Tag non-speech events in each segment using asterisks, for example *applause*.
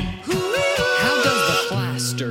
How does the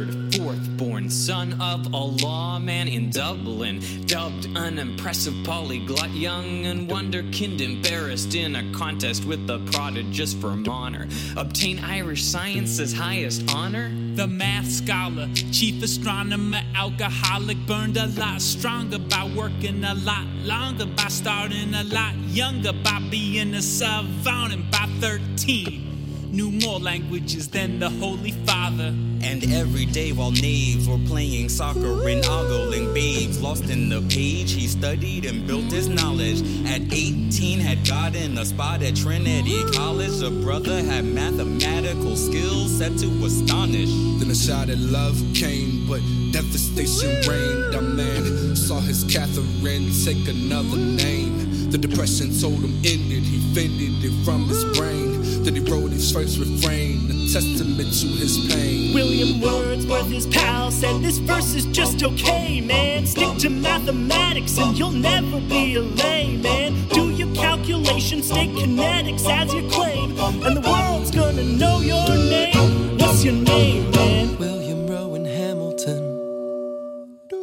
plastered fourth born son of a lawman in Dublin, dubbed an impressive polyglot, young and wonderkind, embarrassed in a contest with the prodigious Vermonter, obtain Irish science's highest honor? The math scholar, chief astronomer, alcoholic, burned a lot stronger by working a lot longer, by starting a lot younger, by being a savant, and by 13, knew more languages than the Holy Father. And every day while knaves were playing soccer and ogling babes, lost in the page, he studied and built his knowledge. At 18, had gotten a spot at Trinity College. A brother had mathematical skills set to astonish. Then a shot at love came, but devastation reigned. A man saw his Catherine take another name. The depression told him ended, he fended it from his brain. Then he wrote his first refrain, a testament to his pain. William Wordsworth, his pal, said this verse is just okay, man. Stick to mathematics and you'll never be a layman. Do your calculations, state kinetics as your claim, and the world's gonna know your name. What's your name, man? William Rowan Hamilton.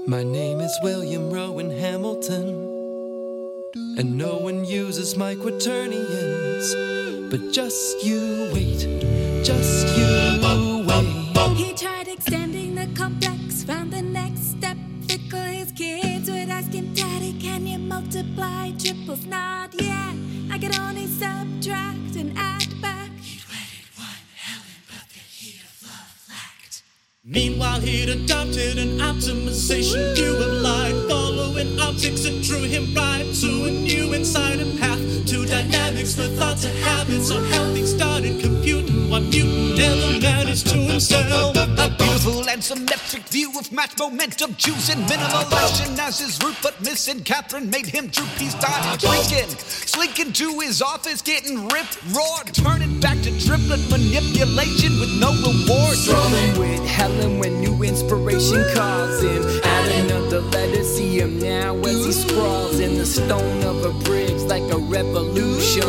My name is William Rowan Hamilton. And no one uses my quaternions. But just you wait, just you wait. He tried extending the complex, found the next step. Fickle his kids would ask him, Daddy, can you multiply triples? Not yet. I can only subtract and add back. Meanwhile, he'd adopted an optimization view of life, following optics that drew him right to a new insight and path to dynamics for thought to habits. So healthy started computing what mutant never managed to himself. A beautiful and symmetric view of match momentum, choosing minimal action as his route, but missing Catherine made him droop. He started drinking, slinking to his office, getting ripped, roared, turning back to triplet manipulation with no reward. Struggling with Helen when new inspiration calls him. Adding up the letters, see him now as he sprawls in the stone of a bridge like a revolution.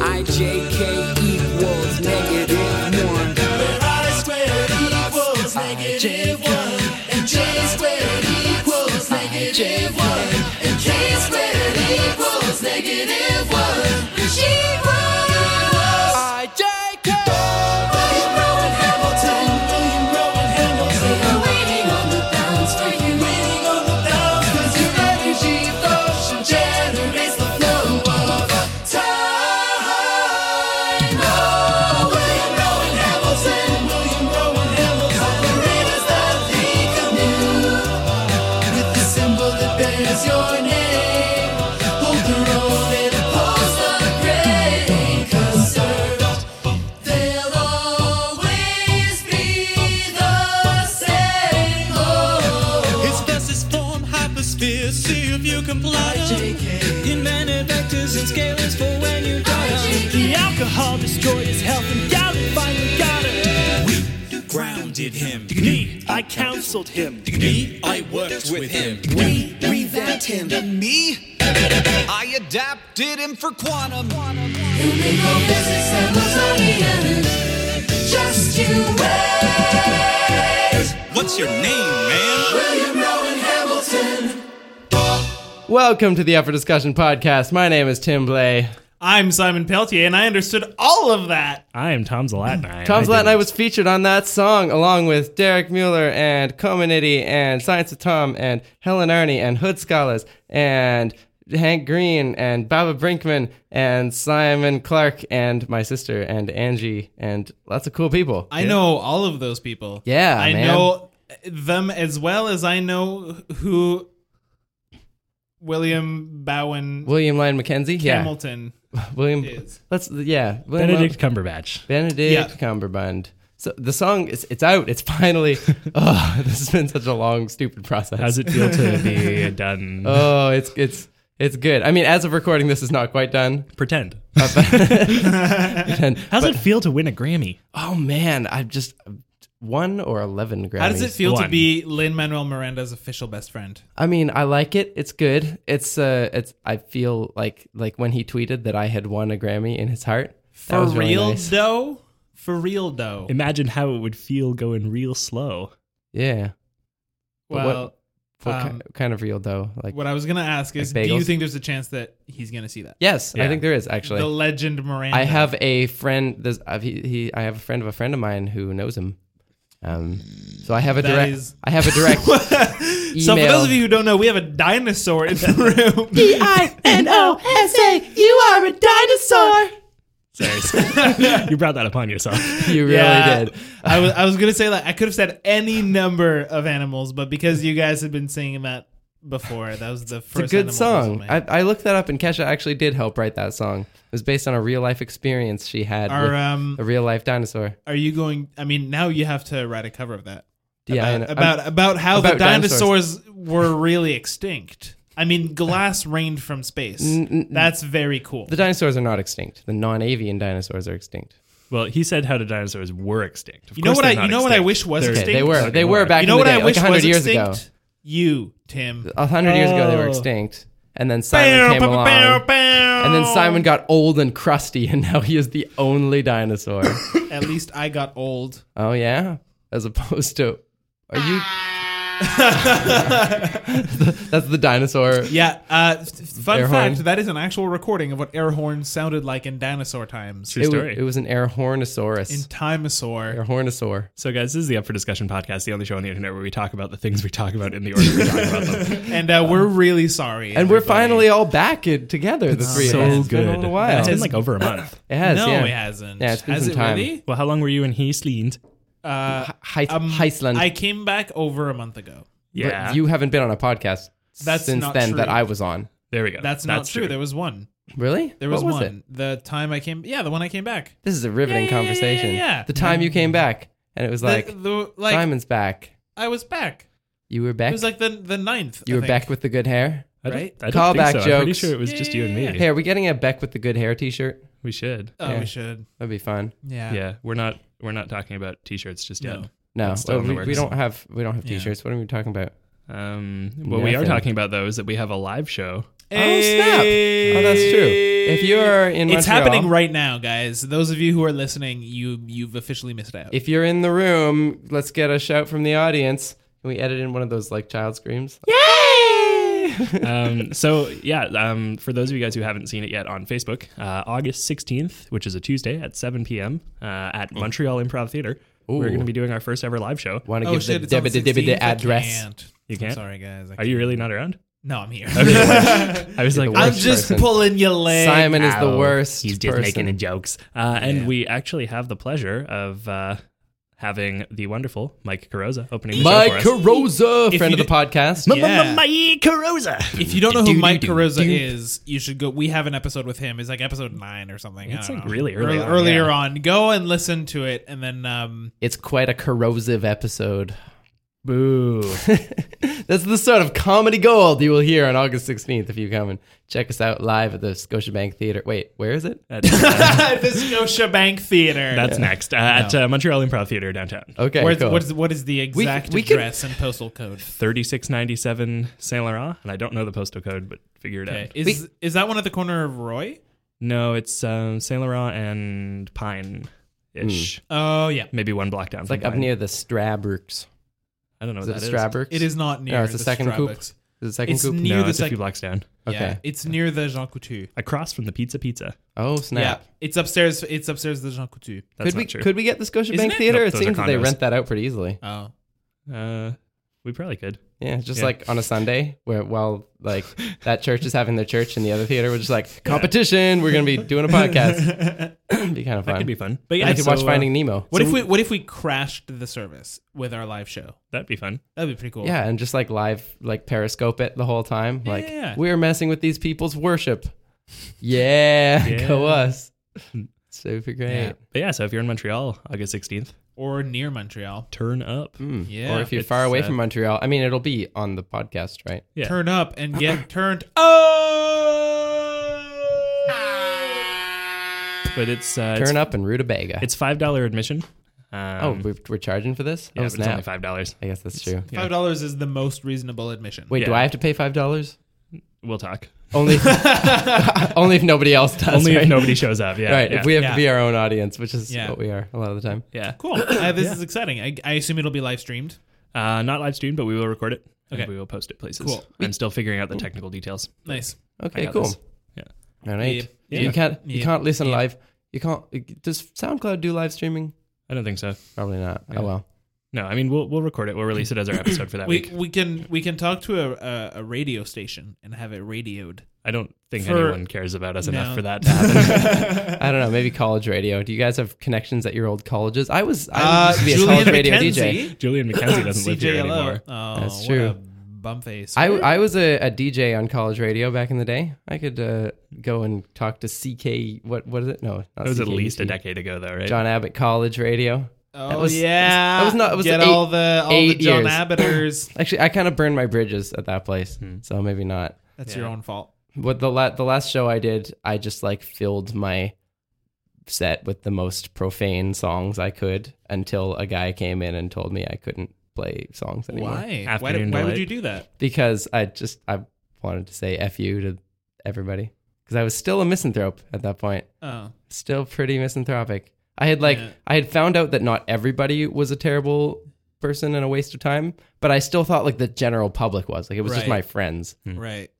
IJK equals negative one. Where I squared equals negative one, and J squared equals negative one, and K squared equals negative one, and she was. IJK! William Rowan Hamilton, William Rowan Hamilton, we're waiting on the bounce for you, waiting on the bounce 'cause your energy flows and generates the flow of time. Oh, William Rowan Hamilton, William Rowan Hamilton, the raiders that he canoe with the symbol that bears your name. Hold the road and oppose the great concern. They'll always be the same. Oh, His verses form hypersphere. See if you can plot 'em. In many vectors and scalars for when you die. the alcohol destroyed his health, and Gallon finally got it. Grounded him. I counseled him. I worked with him. Breathe at him. Me? I adapted him for quantum. Physics and Lasonian. Just you wait. What's your name, man? William Rowan Hamilton. Welcome to the Upper Discussion Podcast. My name is Tim Blay. I'm Simon Peltier, and I understood all of that. I am Tom Zalatin. Tom's Latin I was featured on that song along with Derek Mueller and Comenity and Science of Tom and Helen Arney and Hood Scholars and Hank Green and Baba Brinkman and Simon Clark and my sister and Angie and lots of cool people. I know all of those people. Yeah, I man. know them as well as I know who William Bowen William Lyon McKenzie. Yeah. Hamilton *laughs* William is. Let's yeah. William Benedict Cumberbatch. Benedict Yeah. Cumberbund. So the song is it's out. It's finally. oh, this has been such a long, stupid process. How's it feel *laughs* to be done? Oh, it's it's it's good. I mean, as of recording, this is not quite done. Pretend. Uh, *laughs* And- How's it feel to win a Grammy? oh man, I've just one or eleven Grammys. How does it feel to One. be Lin Manuel Miranda's official best friend? I mean, I like it. It's good. It's uh, it's. I feel like like when he tweeted that I had won a Grammy in his heart. That For was really real nice. though? For real though. Imagine how it would feel going real slow. Yeah. But well, what, what ki- um, kind of real though? Like what I was gonna ask is, Like do you bagels? think there's a chance that he's gonna see that? Yes, I Yeah. think there is actually. The legend Miranda. I have a friend. There's, I've, he, he, I have a friend of a friend of mine who knows him. Um, so I have a That direct. is- I have a direct. *laughs* So for email. those of you who don't know, we have a dinosaur in the room. N-O-S-A, you are a dinosaur. Sorry. you brought that upon yourself. You really Yeah. did. I was I was gonna say like I could have said any number of animals, but because you guys had been singing that before, that was the It's a first. good animal song. that was I, I looked that up, and Kesha actually did help write that song. It was based on a real life experience she had Our, with um, a real life dinosaur. made. Are you going? I mean, now you have to write a cover of that. Yeah, I know. about about, I'm- about how the about dinosaurs, were really extinct. I mean, glass rained from space. That's very cool. The dinosaurs are not extinct. The non-avian dinosaurs are extinct. Well, he said how the dinosaurs were extinct. Of You know course what they're I- not you know what I extinct. wish was They're extinct? They were. not They anymore. were back you know in what the day, I like wish 100 was years extinct? ago. You, Tim. A hundred years ago, they were Oh. extinct, and then Simon came along, and then Simon got old and crusty, *laughs* and now he is the only dinosaur. *coughs* At least I got old. oh yeah, as opposed to, are you? That's the dinosaur. Yeah. Uh, f- f- fun Air fact: horn. that is an actual recording of what air horn sounded like in dinosaur times. True It, wa- story. it was an air hornosaurus. In Timosaur. air hornosaur. so, guys, this is the Up for Discussion podcast, the only show on the internet where we talk about the things we talk about in *laughs* the order we talk about them. and uh, we're really sorry. And we're finally all back in, together, the three so of us. It's good. been a little while. It's been like over a month. it has, no, yeah. it hasn't. Yeah, it's been Has some it time. really? Well, how long were you in Heesleend? Uh, Heis- um, Heisland. I came back over a month ago. But Yeah. you haven't been on a podcast That's since not then true. that I was on. there we go. That's, not true. There was one. Really? There was, what was one. it? The time I came, yeah, the one I came back. This is a riveting Yeah, yeah, yeah, yeah, conversation. yeah. The time you came back, and it was The- like, the, like Simon's back. I was back. You were It back. was like the the ninth. you I were think. back with the good hair. I don't, right? I don't Callback think so. I'm pretty jokes. sure it was just you and me. Hey, are we getting a Beck with the good hair T-shirt? We should. Oh, Yeah. we should. That'd be fun. Yeah. yeah, we're not we're not talking about t-shirts just yet. No. No, Oh, That's still in we, the we works. don't have we don't have Yeah. T-shirts. What are we talking about? Um, what we are Nothing. talking about though is that we have a live show. Oh snap! Oh, that's true. If you are in It's Montreal- happening right now, guys. Those of you who are listening, you you've officially missed out. If you're in the room, let's get a shout from the audience. Can we edit in one of those like child screams? Yay! Um, so yeah, um, for those of you guys who haven't seen it yet on Facebook, uh, August 16th, which is a Tuesday at 7 p.m. Uh, at Montreal Improv Theater, we're Mm. Ooh. going to be doing our first ever live show. Want to oh give shit! the It's on debit the debit 16th. I address? can't. You I'm can't? sorry, guys. I Are can't. you really not around? No, *laughs* I'm here. I was like, the I'm worst just person. pulling your leg. Simon is the "Oh, worst. He's just person. making a jokes. Uh, and Yeah. we actually have the pleasure of uh, having the wonderful Mike Carosa opening the Mike show for us. Carosa, If friend you of the did- podcast. Yeah. Mike Carosa. If you don't know who Mike Do-do-do-do. Carozza is, you should go. We have an episode with him. It's like episode nine or something. I It's, don't like, know. really Ear- early on, earlier yeah. on. Go and listen to it, and then um, *laughs* It's quite a corrosive episode. Boo. That's the sort of comedy gold you will hear on August 16th if you come and check us out live at the Scotiabank Theater. Wait, where is it? At, uh, the Scotiabank Theater. *laughs* that's next uh, at uh, Montreal Improv Theater downtown. Okay, Where's, cool. what, is, what is the exact we can- address and postal code? 3697 Saint Laurent, and I don't know the postal code, but figure it Okay. out. Is is that one at the corner of Roy? No, it's um, Saint Laurent and Pine ish. Oh yeah, Maybe one block down. it's like up near the Strabrooks. I don't know Is what it that the is. Strabrooks? it is not near. No, Oh, it's the second coop. Starbucks. Is it second It's coop? n- No, near the it's a few sec- blocks down. Yeah, Okay. it's near the Jean Coutu. Across from the Pizza Pizza. oh snap! Yeah, it's upstairs. It's upstairs the Jean Coutu. That's could not we true. could we get the Scotiabank Isn't it? Theater? Nope, it those are seems that they condos. rent that out pretty easily. Oh, Uh, we probably could. Yeah, just Yeah. like on a Sunday where while like *laughs* that church is having their church and the other theater we're just like competition. We're gonna be doing *laughs* a podcast. *clears throat* be kind of fun. That could be fun. But yeah, I could watch so, uh, Finding Nemo. what if we what if we crashed the service with our live show? That'd be fun. That'd be pretty cool. Yeah, and just like live, like Periscope it the whole time. like yeah, yeah. we're messing with these people's worship. Yeah, *laughs* go Yeah. *laughs* us. Super great. But yeah, so if you're in Montreal, August 16th, or near Montreal. turn up. Mm. Yeah. Or if you're It's, far away uh, from Montreal, I mean, it'll be on the podcast, right? Yeah. Turn up and *clears throat* get turned up. But it's uh, Turn it's, up and Rutabaga. It's five dollar admission. Um, oh, we're, we're charging for this? yeah, oh, but it's only snap. five dollars. I guess that's true. Yeah. Five dollars is the most reasonable admission. Wait, do *laughs* Yeah. I have to pay $5? We'll talk. Only, only if *laughs* nobody else does. Only if right? nobody shows *laughs* up, yeah, right. yeah. If we have Yeah. to be our own audience, which is Yeah. what we are a lot of the time. Yeah. Cool. Uh, this is exciting. I, I assume it'll be live streamed. Uh, not live streamed, but we will record it. and Okay. we will post it places. Cool. I'm still figuring out the technical details. Nice. I Okay, got cool. this. Yeah. All right. Yep. So Yeah. You can't you Yep. can't listen Yep. live. You can't. Does SoundCloud do live streaming? I don't think so. Probably not. Oh well. No, I mean we'll we'll record it. We'll release *coughs* it as our episode for that We week. we can we can talk to a, a, a radio station and have it radioed. I don't think For- anyone cares about us No. enough for that to *laughs* happen. I don't know. Maybe college radio. Do you guys have connections at your old colleges? I was. I Uh, used to be a Julian college radio DJ. McKenzie? Julian McKenzie doesn't live here CJLO. anymore. Oh, That's what true. a bum face. I, I was a, a DJ on college radio back in the day. I could uh, go and talk to CK. What what is it? No, not That was at CKUT. least a decade ago, though, right? John Abbott College Radio. oh was- yeah. that was not- it was Get eight- all the all the eight John years. *laughs* Abbotters. Actually, I kind of burned my bridges at that place, so maybe not. That's your own fault. What the la- the last show I did, I just like filled my set with the most profane songs I could until a guy came in and told me I couldn't play songs anymore Why? Why, Afternoon did- why would delight. you do that? because I just I wanted to say f you to everybody because I was still a misanthrope at that point. Oh. still pretty misanthropic. I had like Yeah. I had found out that not everybody was a terrible person and a waste of time, but I still thought like the general public was. Like it was just Right. my friends Right.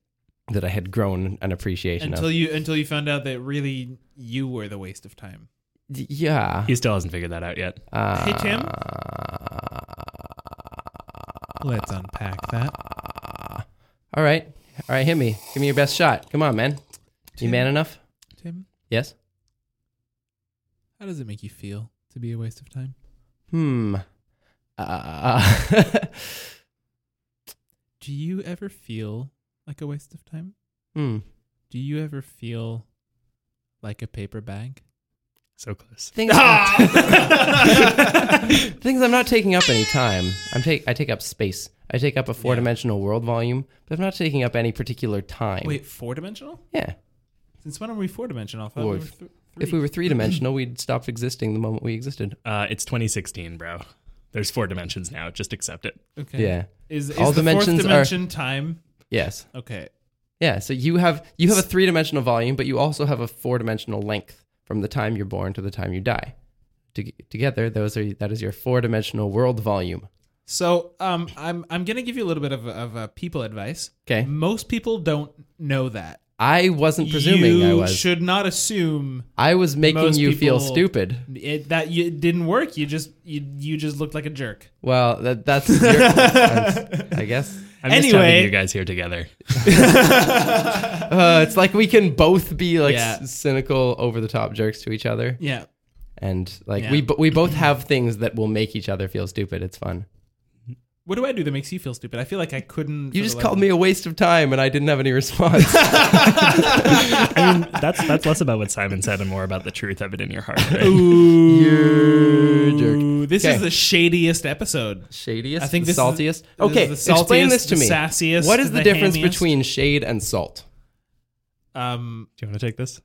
that I had grown an appreciation Until Hmm. of. you until you found out that really you were the waste of time. D- yeah. He still hasn't figured that out yet. Hey Tim. Uh, Let's unpack that. All right. All right, hit me. Give me your best shot. Come on, man. You man enough? Tim, Yes. how does it make you feel to be a waste of time? Hmm. Uh, *laughs* Do you ever feel like a waste of time? hmm. Do you ever feel like a paper bag? So close. Things, Ah! *laughs* things I'm not taking up any time. I'm take I take up space. I take up a four dimensional world volume, but I'm not taking up any particular time. Wait, four dimensional? Yeah. Since when are we four dimensional? I thought Well, we were th- if- three. If we were three dimensional, we'd stop existing the moment we existed. Uh, it's 2016, bro. There's four dimensions now. Just accept it. okay. Yeah. Is, is All the dimensions fourth are- dimension time? Yes. Okay. Yeah. So you have you have a three dimensional volume, but you also have a four dimensional length from the time you're born to the time you die. To- together, those are that is your four dimensional world volume. So um, I'm I'm gonna give you a little bit of of uh, people advice. 'Kay. Most people don't know that. I wasn't presuming you I was. should not assume I was making most you feel people- stupid. it, that you, it didn't work. You just you you just looked like a jerk. Well, *laughs* that, that's your, that's- I guess. I'm just Anyway. having you guys here together. Uh, it's like we can both be like Yeah. s- cynical, over the top jerks to each other, Yeah. and like Yeah. we bo- we both have things that will make each other feel stupid. It's fun. What do I do that makes you feel stupid? I feel like I couldn't. You just called me a waste of time, and I didn't have any response. I mean, that's that's less about what Simon said and more about the truth of it in your heart. right? you jerk. This Okay. is the shadiest episode. Shadiest. I think the this is- saltiest. this okay, is the explain saltiest, this to the me. sassiest, what is the, the difference hammiest. between shade and salt? Um, Do you want to take this?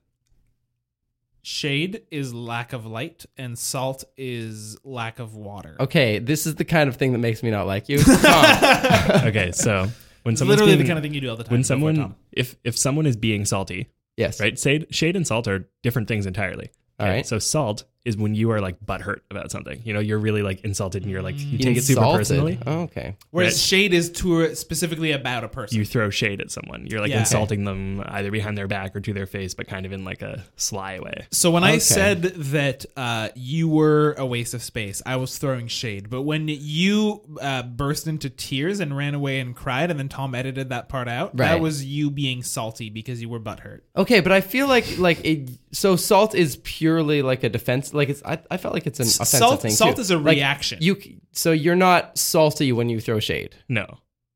shade is lack of light, and salt is lack of water. Okay, this is the kind of thing that makes me not like you. Tom, *laughs* Okay, so when It's someone's literally the being- kind of thing you do all the time. when Go for it, someone Tom. if if someone is being salty, yes, right? Shade, shade and salt are different things entirely. All right. So salt is when you are like butthurt about something. You know, you're really like insulted and you're like you take it super Insulted. personally. Oh, okay. whereas Right. shade is to specifically about a person. You throw shade at someone. You're like Yeah. insulting them either behind their back or to their face, but kind of in like a sly way. so when I Okay. said that uh, you were a waste of space, I was throwing shade. But when you uh, burst into tears and ran away and cried, and then Tom edited that part out, that Right. was you being salty because you were butthurt. Okay, but I feel like like it, so salt is purely like a defense. Like it's I, I felt like it's an offensive salt- thing. salt too. is a Like, reaction. You c- so you're not salty when you throw shade. No.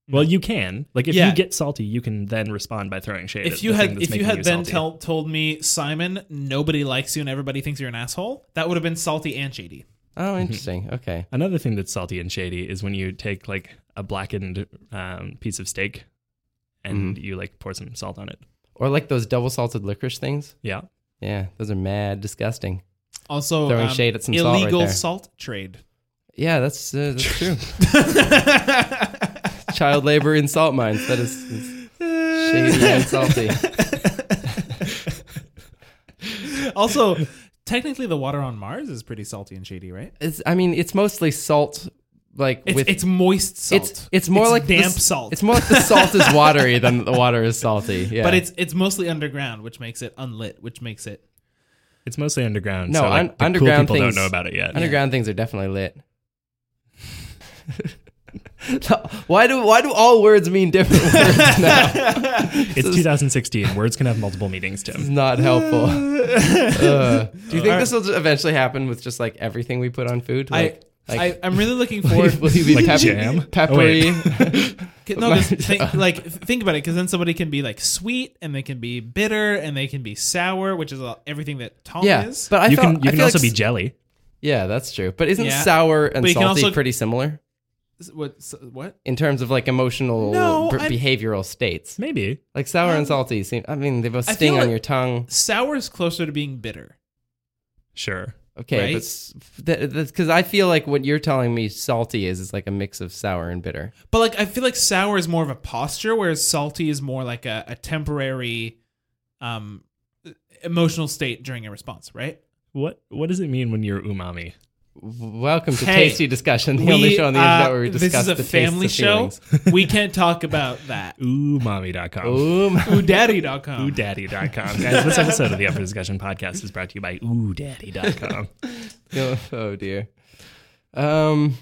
Well, you can. Like if Mm. Yeah. you get salty, you can then respond by throwing shade. at if you the thing had that's if you making had then salty. tell, told me Simon nobody likes you and everybody thinks you're an asshole, that would have been salty and shady. Mm-hmm. Oh, interesting. Okay. Another thing that's salty and shady is when you take like a blackened um, piece of steak Mm-hmm. and you like pour some salt on it. Or like those double salted licorice things. Yeah. Yeah, those are mad disgusting. Also, Throwing um, shade at some salt right illegal there. salt trade. *laughs* Yeah, that's uh, *laughs* that's true. Child labor in salt mines. That is, is Singing Man Salty. also, technically, the water on Mars is pretty salty and shady, right? It's, I mean, it's mostly salt, like It's, with it's moist salt. It's it's more like the damp s- salt. It's more like the salt is watery than the water is *laughs* salty. Yeah, but it's it's mostly underground, which makes it unlit, which makes it. It's mostly underground. no so, like, un- the cool underground people things don't know about it yet. Underground things are definitely *laughs* lit. why do why do all words mean different words now? It's 2016. Words can have multiple meanings, Tim. It's not helpful. Uh, do you think this will eventually happen with just like everything we put on food? Like, I, like I I'm really looking forward. *laughs* will you be Like *laughs* pep- jam? Oh, peppery? wait. *laughs* Can- No, just think, like think about it, because then somebody can be like sweet, and they can be bitter, and they can be sour, which is all, everything that Tom yeah, is. but *laughs* I you felt- can you I can feel also like be s- jelly. yeah, that's true. But isn't Yeah. sour and But you can salty also- pretty similar what s- what? in terms of like emotional No, b- I- um, behavioral states? Maybe Like sour and salty seem. I mean, they both I feel sting on like- your tongue. Sour is closer to being bitter. sure. Okay, right? but because I feel like what you're telling me salty is is like a mix of sour and bitter. But like I feel like sour is more of a posture, whereas salty is more like a, a temporary um emotional state during a response, right? What what does it mean when you're umami? W- Welcome to Hey, Tasty Discussion, the only show on the internet where we discuss uh, this is a the tastes family of show. feelings. *laughs* we can't talk about *laughs* that. Umami.com. *laughs* Boom. Oodaddy.com. Oodaddy.com. Guys, this episode of the Up for Discussion podcast is brought to you by oodaddy.com. oh, *laughs* oh dear. Um,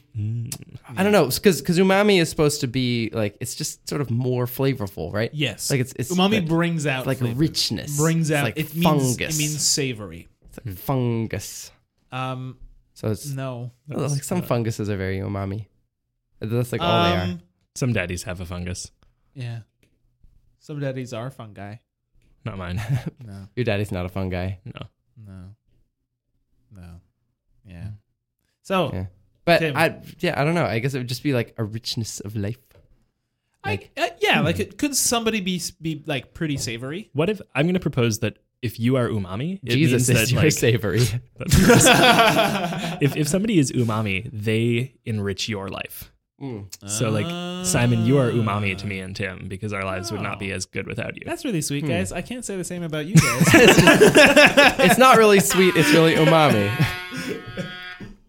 I don't know, because umami is supposed to be like it's just sort of more flavorful, right? Yes. Like it's it's umami like, brings out like flavor. richness, brings It's out like it fungus. means it means savory. It's like fungus. Um So it's no. well, like some funguses are very umami. That's like all they are. Um, Some daddies have a fungus. Yeah. Some daddies are fungi. Not mine. *laughs* No. Your daddy's not a fungi. No. No. No. Yeah. So Hmm. Yeah. But Tim. I, yeah, I don't know. I guess it would just be like a richness of life. I, uh, yeah, like Hmm. it, could somebody be s- be like pretty savory? What if I'm going to propose that if you are umami, it Jesus means is that your like, savory. *laughs* *laughs* if if somebody is umami, they enrich your life. Mm. So like Simon, you are umami to me and Tim because our lives would not be as good without you. That's really Hmm. sweet, guys. I can't say the same about you *laughs* guys. it's *laughs* not really sweet. It's really umami.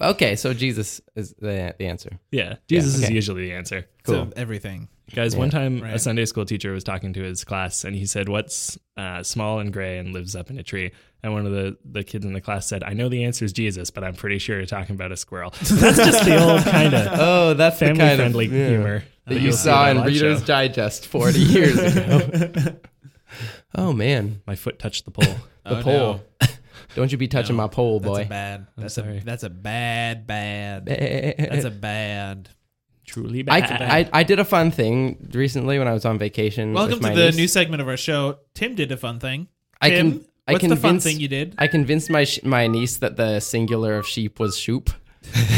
okay, so Jesus is the, the answer. yeah, Jesus is okay. usually the answer. Cool. So everything. Guys, one time a right. Sunday school teacher was talking to his class and he said, What's uh, small and gray and lives up in a tree? And one of the, the kids in the class said, I know the answer is Jesus, but I'm pretty sure you're talking about a *laughs* squirrel. That's just the old kind of oh, that's *laughs* the family kind friendly of yeah, humor that you'll you see saw on in a live Reader's show. Digest 40 years ago. *laughs* oh, man. My foot touched the *laughs* pole. The Oh, pole. no. Don't you be touching my pole, That's Oh, boy. a *laughs* bad. That's sorry. a that's a bad bad. That's a bad. Truly I, bad. I, I did a fun thing recently when I was on vacation. Welcome with to my the niece. new segment of our show. Tim did a fun thing. I Tim, can. I what's the fun convinced- thing you did? I convinced my sh- my niece that the singular of sheep was *laughs* shoop.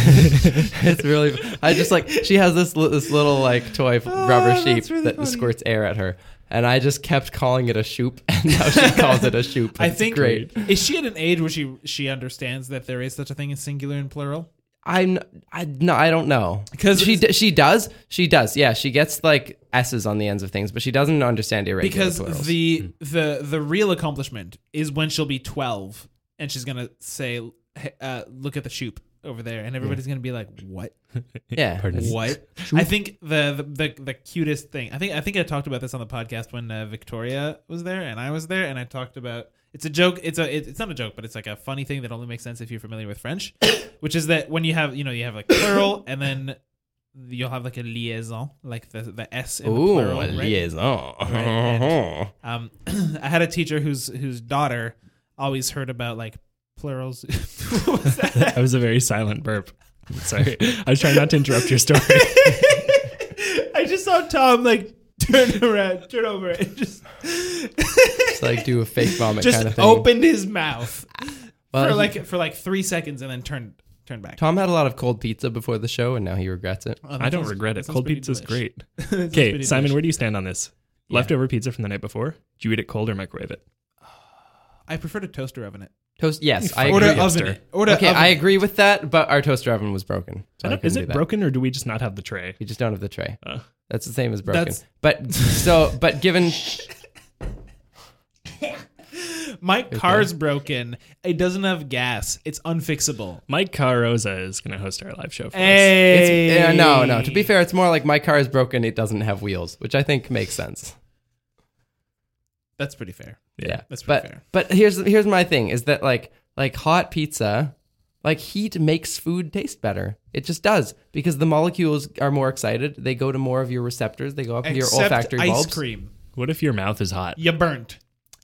it's really. I just like she has this li- this little like toy Ah, rubber sheep that squirts air at her, and I just kept calling it a shoop, *laughs* and now she calls it a shoop. *laughs* I It's think great. Is she at an age where she she understands that there is such a thing as singular and plural? I'm I no I don't know because she d- she does she does yeah she gets like s's on the ends of things, but she doesn't understand irregular because plurals. Hmm. the the the real accomplishment is when she'll be 12 and she's gonna say "Hey, uh, look at the shoop over there and everybody's gonna be like what yeah it's- what i think the, the the the cutest thing i think i think i talked about this on the podcast when uh, victoria was there and i was there and i talked about it's a joke it's a it- it's not a joke but it's like a funny thing that only makes sense if you're familiar with french *coughs* which is that when you have you know you have like plural *coughs* and then you'll have like a liaison like the the s in the Ooh, oh. plural a right? liaison. and- Um, *coughs* I had a teacher whose whose daughter always heard about like *laughs* plurals. *laughs* What was that? I was a very silent burp. Sorry. I was trying not to interrupt your story. *laughs* I just saw Tom like turn around, turn over, and just *laughs* It's like do a fake *laughs* vomit just kind of thing. Uh, opened his mouth Well, for he- like for like three seconds and then turned turned back. Tom had a lot of cold pizza before the show, and now he regrets it. Oh, that I don't sounds- regret that it. sounds Cold pretty pizza's delish. great. That sounds Okay, pretty Simon, delish. where do you stand on this? Leftover pizza from the night before? Do you eat it cold or microwave it? I prefer to toaster oven it. Toast. Yes, I Order agree. oven it. Order okay, oven I it. agree with that, but our toaster oven was broken. I So I don't, couldn't is do it that. broken or do we just not have the tray? We just don't have the tray. Uh, That's the same as broken. That's- But so, *laughs* but given My car's broken. It doesn't have gas. It's unfixable. Mike Carosa is going to host our live show for us. it's, Hey, yeah, no, no. To be fair, it's more like my car is broken. It doesn't have wheels, which I think makes sense. that's pretty fair. Yeah, that's pretty but fair. but here's here's my thing is that like like hot pizza, like heat makes food taste better. It just does because the molecules are more excited. They go to more of your receptors. They go up into your Except olfactory ice bulbs. cream. What if your mouth is hot? You burnt.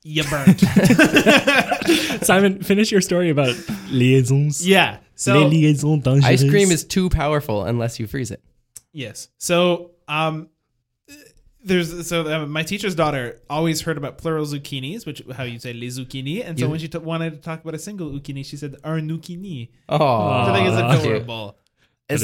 You *laughs* burnt. *laughs* Simon, finish your story about liaisons. yeah. So Les liaisons dangereuses. Ice cream is too powerful unless you freeze it. Yes. So, um, there's so uh, my teacher's daughter always heard about plural zucchinis, which how you say les zucchini, and so You- when she t- wanted to talk about a single zucchini, she said un zucchini. Oh, Which I think is Aw. adorable. it's,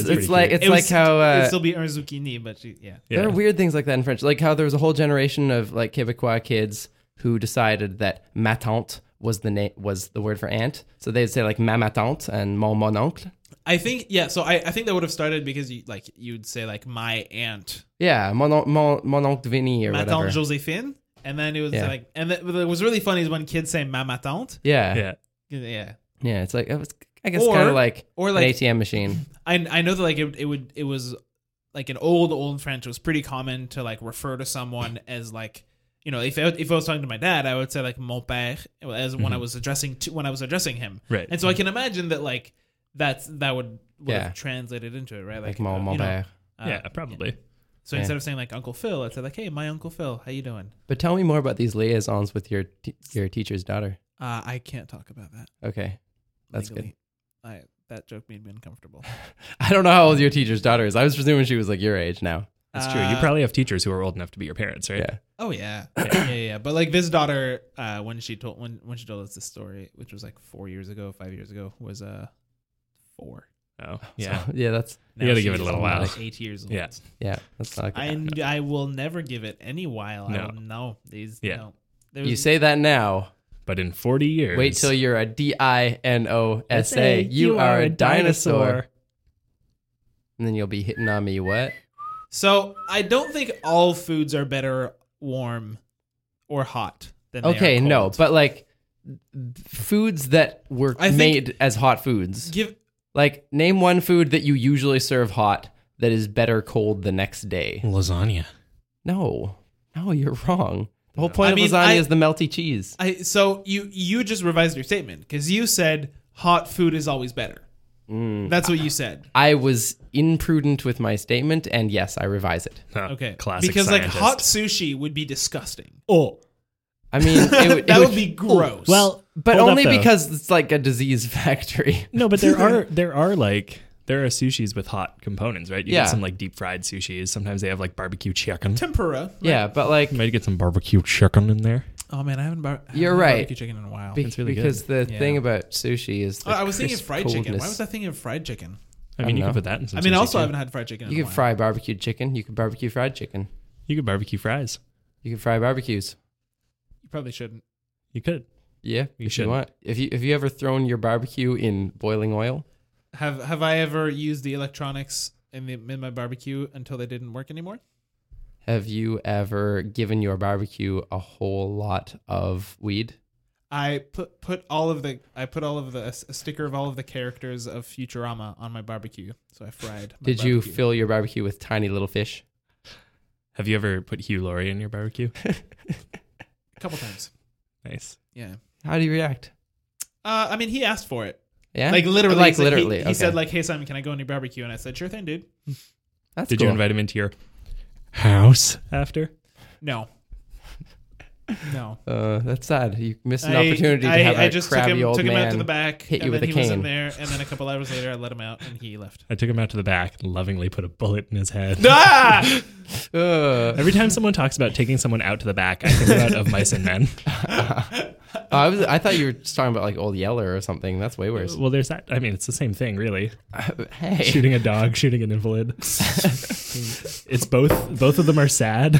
is it's pretty like cute. it's It like was- how it'd uh, still be un zucchini, but she, yeah. There are weird things like that in French. Like how there was a whole generation of like Quebecois kids who decided that ma tante was the name was the word for aunt. So they'd say like ma ma tante and mon mon oncle. I think yeah. So I, I think that would have started because you like you'd say like my aunt, Yeah, mon on- mon mon oncle Vinny or ma whatever. tante Josephine, and then it was Yeah. like and th- what was really funny is when kids say ma ma tante. yeah, yeah, Yeah. Yeah. It's like it was, I guess Or- kind of like or an like- ATM machine. I I know that like it, it would it was like an old old French. It was pretty common to like refer to someone as like you know if I, if I was talking to my dad, I would say like mon père as when I was addressing to, when I was addressing him. Right. And so I can imagine that like that's that would would Yeah. have translated into it right Like uh, mon mon you know, père. uh, yeah, probably. So instead of saying like Uncle Phil, I'd say like Hey, my Uncle Phil, how you doing? But tell me more about these liaisons with your t- your teacher's daughter. Uh, I can't talk about that. Okay, that's good. legally. I, that joke made me uncomfortable. I don't know how old your teacher's daughter is. I was presuming she was like your age now. That's true. You Uh, probably have teachers who are old enough to be your parents, right? Yeah. *clears throat* Oh yeah. yeah, yeah, yeah. But like this daughter, uh, when she told when when she told us this story, which was like four years ago, five years ago, was uh four. Oh, yeah. So, *laughs* yeah, that's You gotta she give it a is little like while. eight years old. Yeah. yeah, that's not. Good. I I will never give it any while. No. I will, no. These Yeah. no. There you was- say that now. But in 40 years. Wait till you're a D I N O S A. You are a dinosaur. And then you'll be hitting on me what? so I don't think all foods are better warm or hot than they are Okay, no, cold. but like foods that were I think- made as hot foods. give Like name one food that you usually serve hot that is better cold the next day. Lasagna. No. No, you're wrong. The whole point I of mean, lasagna I- is the melty cheese. I so you you just revised your statement because you said hot food is always better. Mm. That's what you said. I was imprudent with my statement and yes, I revise it. Huh. Okay. Classic Because scientist. like hot sushi would be disgusting. Oh. I *laughs* mean, it, would- it that would be gross. Well, but hold up, only though. because it's like a disease *laughs* factory. No, but *laughs* there are there are like there are sushis with hot components, right? You Yeah. get some like deep fried sushis. Sometimes they have like barbecue chicken. tempura. Yeah, but like You might get some barbecue chicken in there. Oh man, I haven't. Bar- I You're haven't right. Barbecue chicken in a while. Be- It's really because the Yeah. thing about sushi is Oh, the I was thinking crisp fried chicken. Why coldness. was I thinking of fried chicken? I mean, you know. could put that in some I mean, sushi, also I too. haven't had fried chicken. in You a could while. fry barbecued chicken. You could barbecue fried chicken. You could barbecue fries. You could fry barbecues. You probably shouldn't. You could. Yeah, You if should. you want. If you have you ever thrown your barbecue in boiling oil? Have Have I ever used the electronics in the, in my barbecue until they didn't work anymore? Have you ever given your barbecue a whole lot of weed? I put put all of the I put all of the a s- a sticker of all of the characters of Futurama on my barbecue, so I fried. My Did you barbecue. fill your barbecue with tiny little fish? Have you ever put Hugh Laurie in your barbecue? a couple times? *laughs* nice. Yeah. How do you react? Uh, I mean, he asked for it. Yeah, Like literally, Like he said- he- literally. He, okay. said like, "Hey Simon, can I go on your barbecue?" And I said, "Sure thing, dude." That's Did you cool. invite him into your house after? *laughs* No, no. Uh, that's sad. You missed an I- opportunity I, to have I a just took crabby him, old took him man out to the back, hit you and with then a he wasn't cane. there. And then a couple hours later, I let him out, and he *laughs* left. I took him out to the back and lovingly put a bullet in his *laughs* head. Ah! Ugh. Every time someone talks about taking someone out to the back, I think about Of Mice and *laughs* Men. Oh, I was. I thought you were just talking about like Old Yeller or something. That's way worse. Well, there's that. I mean, it's the same thing, really. Uh, *laughs* *laughs* Hey, Shooting a dog, shooting an *laughs* invalid. it's both. Both of them are sad.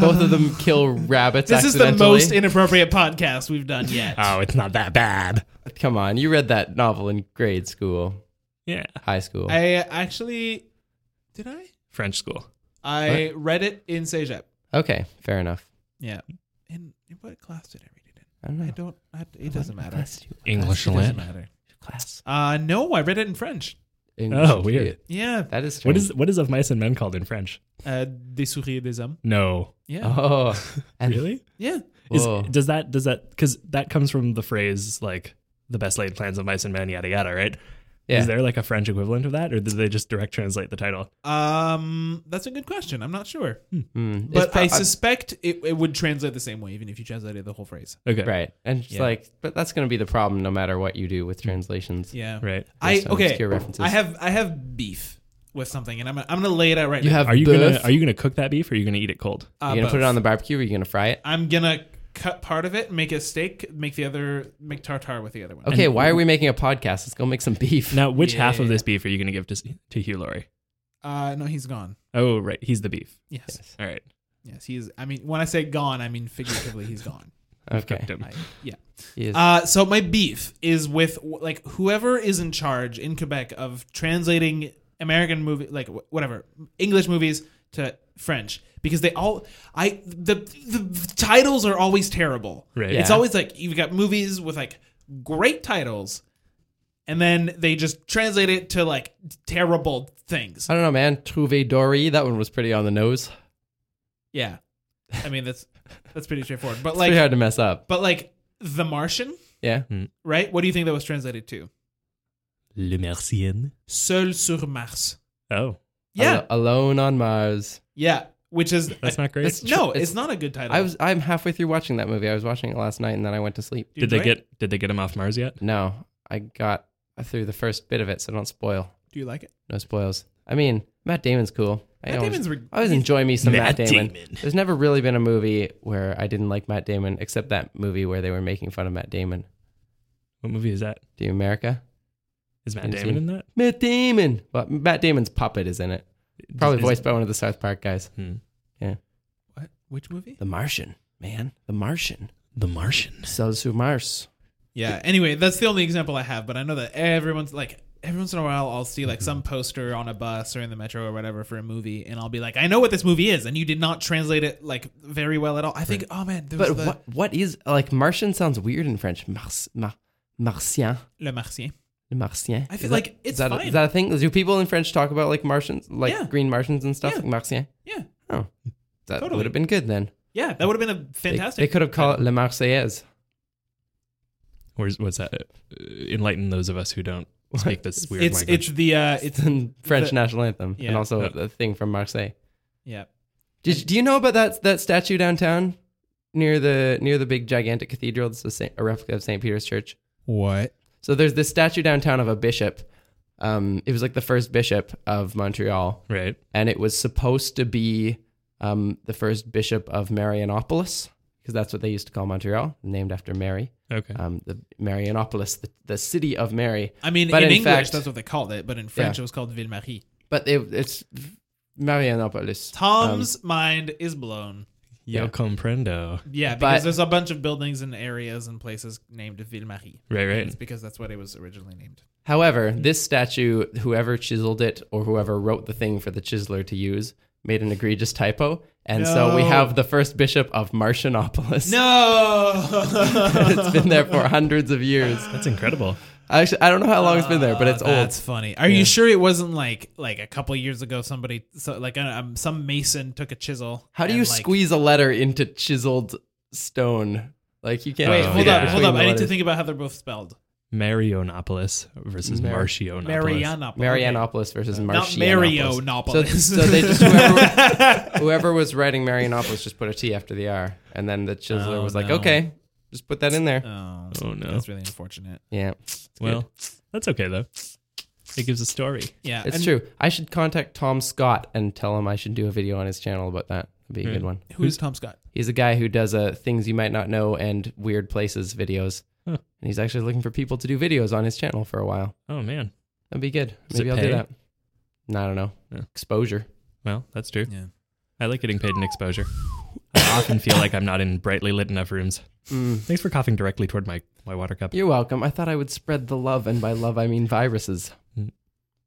both of them kill rabbits. Uh, Uh-huh. this is the accidentally. most inappropriate podcast we've done yet. Oh, it's not that bad. Come on, you read that novel in grade school, Yeah. high school. I actually did I. French school. I read it in Sejep. Okay, fair enough. Yeah. And what class did I read it I don't in? I know. don't. I, it doesn't matter. English It lit. doesn't matter. Class. Uh, no, I read it in French. Oh, weird. Yeah. That is What strange. is what is of mice and men called in French? Uh, des souris et des hommes. No. Yeah. *laughs* Oh, and Really? Yeah. Is, Whoa. does that does that because that comes from the phrase like the best laid plans of mice and men yada yada right? Yeah. Is there like a French equivalent of that, or did they just direct translate the title? Um, that's a good question. I'm not sure, mm, but it's pro- I suspect it, it would translate the same way, even if you translated the whole phrase. Okay. right, and it's Yeah. Mm. like, but that's going to be the problem no matter what you do with translations. Yeah. Right. I Based on okay. obscure references. I have I have beef with something, and I'm gonna- I'm gonna lay it out right You now. have Are you both? gonna are you gonna cook that beef or are you gonna eat it cold? Uh, you gonna put both. it on the barbecue? or you gonna fry it? I'm gonna cut part of it, make a steak, make the other, make tartar with the other one. Okay, why are we making a podcast? Let's go make some beef. Now, which half of Yeah. this beef are you gonna give to to Hugh Laurie? Uh, no, he's gone. Oh, right, he's the beef. Yes. All right, Yes, he is. I mean, when I say gone, I mean figuratively, he's gone. Okay. cooked him. I, yeah. Yes. Uh, so my beef is with like whoever is in charge in Quebec of translating American movie, like wh- whatever English movies to French, because they all I the the, titles are always terrible. Right. It's Yeah. always like you've got movies with like great titles, and then they just translate it to like terrible things. I don't know, man. Trouvé Dory. That one was pretty on the nose. Yeah. I mean that's that's pretty straightforward. *laughs* But pretty like hard to mess up. but like The Martian, Yeah. right? What do you think that was translated to? Le Mercien. Seul sur Mars. Oh, Yeah, Al- Alone on Mars. yeah. Which is that's not great. That's tr- no, it's- it's, not a good title. I was. I'm halfway through watching that movie. I was watching it last night, and then I went to Do sleep. you Did they enjoy it? get did they get him off Mars yet? No, I got through the first bit of it, so don't spoil. Do you like it? No spoils. I mean, Matt Damon's cool. I Matt always, Damon's re- I always enjoy me some Matt, Matt Damon. Damon. There's never really been a movie where I didn't like Matt Damon, except that movie where they were making fun of Matt Damon. What movie is that? Do you America? Is Matt Haven't Damon seen- in that? Matt Damon. Well, Matt Damon's puppet is in it. Probably Is- voiced by one of the South Park guys. Hmm. What? Which movie? The Martian, man. The Martian. The Martian. Sells to Mars. Yeah. Anyway, that's the only example I have, but I know that everyone's like every once in a while I'll see like some poster on a bus or in the metro or whatever for a movie and I'll be like, I know what this movie is and you did not translate it like very well at all. I think oh man, there was But the, what what is like Martian sounds weird in French. Mars, mar, Martien. Le Martien. Le Martien. I Is feel that- like is it's that, a- fine. is that a thing? Do people in French talk about like Martians, like Yeah. green Martians and stuff? Yeah. Like Martien. yeah. Oh, that Totally. would have been good then. Yeah, that would have been a They- fantastic. They, could have called it Le Marseillaise. Where's what's that? Uh, Enlighten those of us who don't speak this weird it's language. it's the uh it's The *laughs* French the- national anthem, Yeah. and also Yeah. the thing from Marseille. yeah. Did, do you know about that that statue downtown near the near the big gigantic cathedral? It's a, Saint, a replica of St. Peter's Church. What? So there's this statue downtown of a bishop. Um, it was like the first bishop of Montreal, right. and it was supposed to be um, the first bishop of Marianopolis because that's what they used to call Montreal, named after Mary. Okay. Um, the Marianopolis, the, the city of Mary. I mean, But in, in English, fact- that's what they called it, but in French, it was called Ville Marie. But it, it's Marianopolis. Um, Tom's mind is blown. Yo comprendo. Yeah, because but- there's a bunch of buildings and areas and places named Ville Marie. Right, right. It's because that's what it was originally named. However, this statue, whoever chiseled it or whoever wrote the thing for the chiseler to use, made an egregious typo. And so we No. have the first bishop of Martianopolis. No, *laughs* it's been there for hundreds *laughs* of years. That's incredible. Actually, I don't know how long it's been there, but it's Ah, Oh, that's old. funny. Are you sure it wasn't like like a couple years ago? Somebody, so, like um, some mason, took a chisel. How do and, you like- squeeze a letter into chiseled stone? Like you can't. Wait, Oh, hold yeah. up, hold up. I need to Between think about how they're both spelled. Marionopolis versus Mar- Martionopolis. Marianopolis, Marianopolis versus not Martianopolis. Marianopolis. So, so they just *laughs* whoever, whoever was writing Marianopolis just put a T after the R, and then the chiseler Oh, was like, no. "Okay, just put that in there." oh, Oh, no. that's really unfortunate. yeah, well, that's okay though. It gives a story. Yeah, it's and true. I should contact Tom Scott and tell him I should do a video on his channel about that. That'd be a good Hmm. one. Who's Tom Scott? He's a guy who does uh, things you might not know and weird places videos, and he's actually looking for people to do videos on his channel for a while. Oh man. That'd be good. Does Maybe it I'll do pay? that. No, I don't know. Yeah. Exposure. Well, that's true. Yeah. I like getting paid in exposure. I often feel like I'm not in brightly lit enough rooms. Mm. Thanks for coughing directly toward my, my water cup. Mm. You're welcome. I thought I would spread the love, and by love I mean viruses.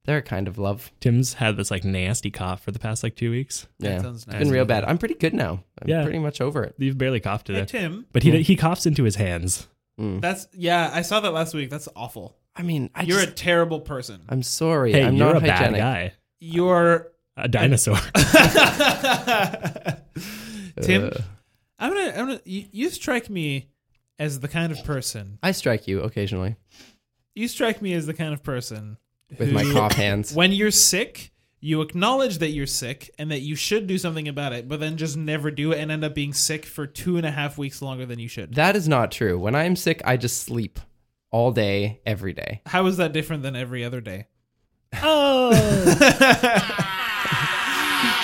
They're a kind of love. Tim's had this like nasty cough for the past like two weeks. Yeah, sounds it's been nice. real bad. I'm pretty good now. I'm Yeah. pretty much over it. You've barely coughed today. Hey, Tim. But he he coughs into his hands. That's yeah. I saw that last week. That's awful. I mean, Hmm. I You're just, a terrible person. I'm sorry. Hey, I'm you're not a hygienic. bad guy. *laughs* You're A dinosaur. Uh. Tim. I'm gonna. I'm gonna. You, you strike me as the kind of person. I strike you occasionally You strike me as the kind of person with *laughs* my who- cough hands. When you're sick, you acknowledge that you're sick and that you should do something about it, but then just never do it and end up being sick for two and a half weeks longer than you should. That is not true. When I am sick, I just sleep all day, every day. How is that different than every other day?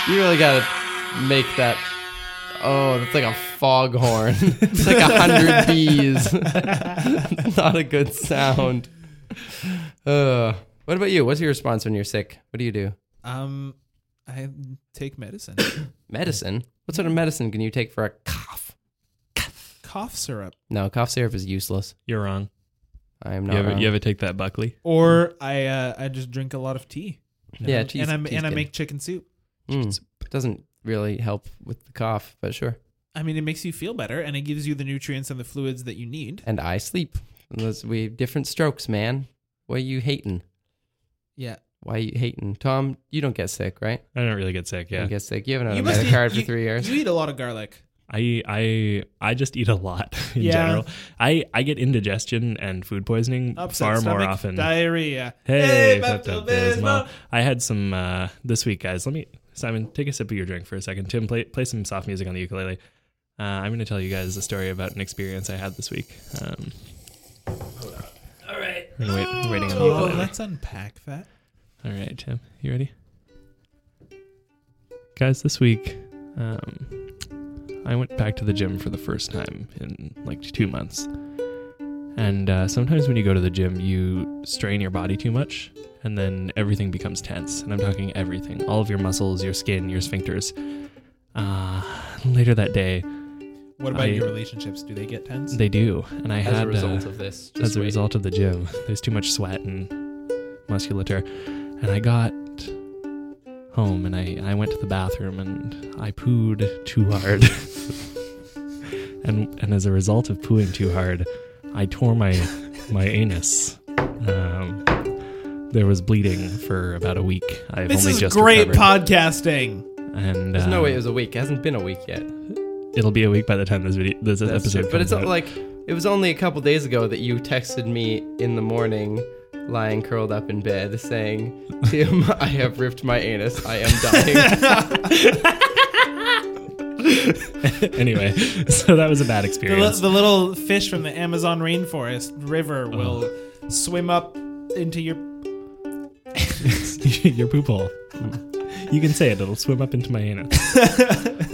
You really gotta make that. Oh, that's like a foghorn. *laughs* it's like a hundred bees. *laughs* not a good sound. Uh, what about you? What's your response when you're sick? What do you do? Um, I take medicine, *coughs* Medicine. What sort of medicine can you take for a cough? cough syrup, No, cough syrup is useless. you're wrong. I am not. You ever, wrong. you ever take that Buckley? or I uh, I just drink a lot of tea. yeah, cheese, and I tea's and I good. make chicken soup. Mm. Doesn't really help with the cough, but sure. I mean, it makes you feel better, and it gives you the nutrients and the fluids that you need. And I sleep. Those we different strokes, man. Why you hating? Yeah, Why you hating? Tom, you don't get sick, right? I don't really get sick. You Yeah, don't get sick. You haven't had you a Medicard card for you- three years. You eat a lot of garlic. I I I just eat a lot *laughs* in Yeah. general. I I get indigestion and food poisoning Upset far stomach, more often. Diarrhea. Hey, Pepto-Bismol. Pepto-Bismol. I had some uh, this week, guys. Let me, Simon, take a sip of your drink for a second. Tim, play play some soft music on the ukulele. Uh, I'm going to tell you guys a story about an experience I had this week. Um, Hold on. All right. Wait, waiting on the Oh, ukulele. let's unpack that. All right, Tim, you ready? Guys, this week, um, I went back to the gym for the first time in like two months. And uh, sometimes when you go to the gym, you strain your body too much, and then everything becomes tense. And I'm talking everything all of your muscles, your skin, your sphincters. Uh, later that day, What about I- your relationships? Do they get tense? they do. And I as had a result uh, of this. as a result of the gym. *laughs* There's too much sweat and musculature. And I got home and I, I went to the bathroom and I pooed too hard. *laughs* and and as a result of pooing too hard, I tore my my anus. Um, there was bleeding for about a week. I've this only is just great recovered. podcasting. and There's uh, no way it was a week. It hasn't been a week yet. it'll be a week by the time this video this That's episode. true. But comes it's out. not like it was only a couple days ago that you texted me in the morning, lying curled up in bed, saying, "Tim, I have ripped my anus. I am *laughs* dying." anyway, *laughs* so that was a bad The, li- experience. the little fish from the Amazon rainforest Oh. river will swim up into your. *laughs* your poop hole. You can say it, it'll swim up into my anus.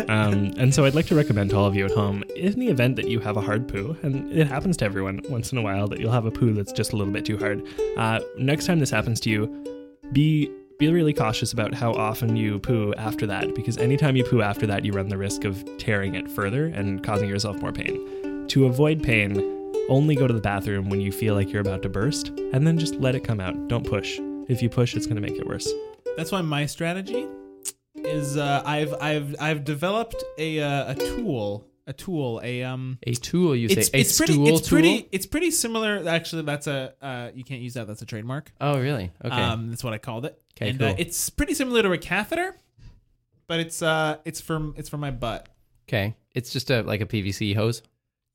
um, and so I'd like to recommend to all of you at home, in the event that you have a hard poo, and it happens to everyone once in a while that you'll have a poo that's just a little bit too hard, uh, next time this happens to you, be be really cautious about how often you poo after that, because anytime you poo after that, you run the risk of tearing it further and causing yourself more pain. To avoid pain, only go to the bathroom when you feel like you're about to burst, and then just let it come out. Don't push. If you push, it's going to make it worse. That's why my strategy is uh, I've I've I've developed a uh, a tool a tool a um a tool, you say? it's, a it's pretty stool it's pretty tool? it's pretty similar actually that's a uh, you can't use that that's a trademark Oh, really? Okay. um that's what I called it 'Kay, and uh, cool. it's pretty similar to a catheter but it's uh it's for it's for my butt okay. It's just a like a PVC hose.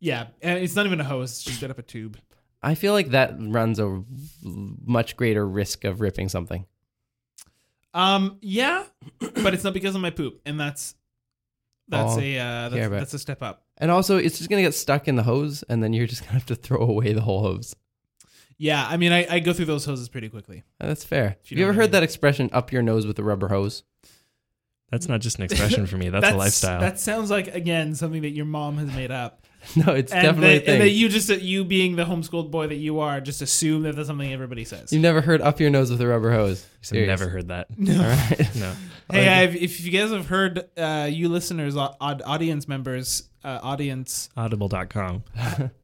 yeah and it's not even a hose it's just straight up a tube I feel like that runs a r- much greater risk of ripping something. Um, yeah, *coughs* but it's not because of my poop, and that's that's All a uh, care that's, about. that's a step up. And also, it's just gonna get stuck in the hose, and then you're just gonna have to throw away the whole hose. Yeah, I mean, I, I go through those hoses pretty quickly. Uh, That's fair. Have you you, know ever what I heard mean. that expression "up your nose with a rubber hose"? *laughs* That's not just an expression for me. That's, a lifestyle. That sounds like again something that your mom has made up, No, it's and, definitely that, a thing. and that you just that you being the homeschooled boy that you are just assume that that's something everybody says. You've never heard "up your nose with a rubber hose." I've Serious. never heard that. All right. *laughs* No. hey, I've, if you guys have heard, uh, you listeners, au- aud- audience members, uh, audience, Audible.com.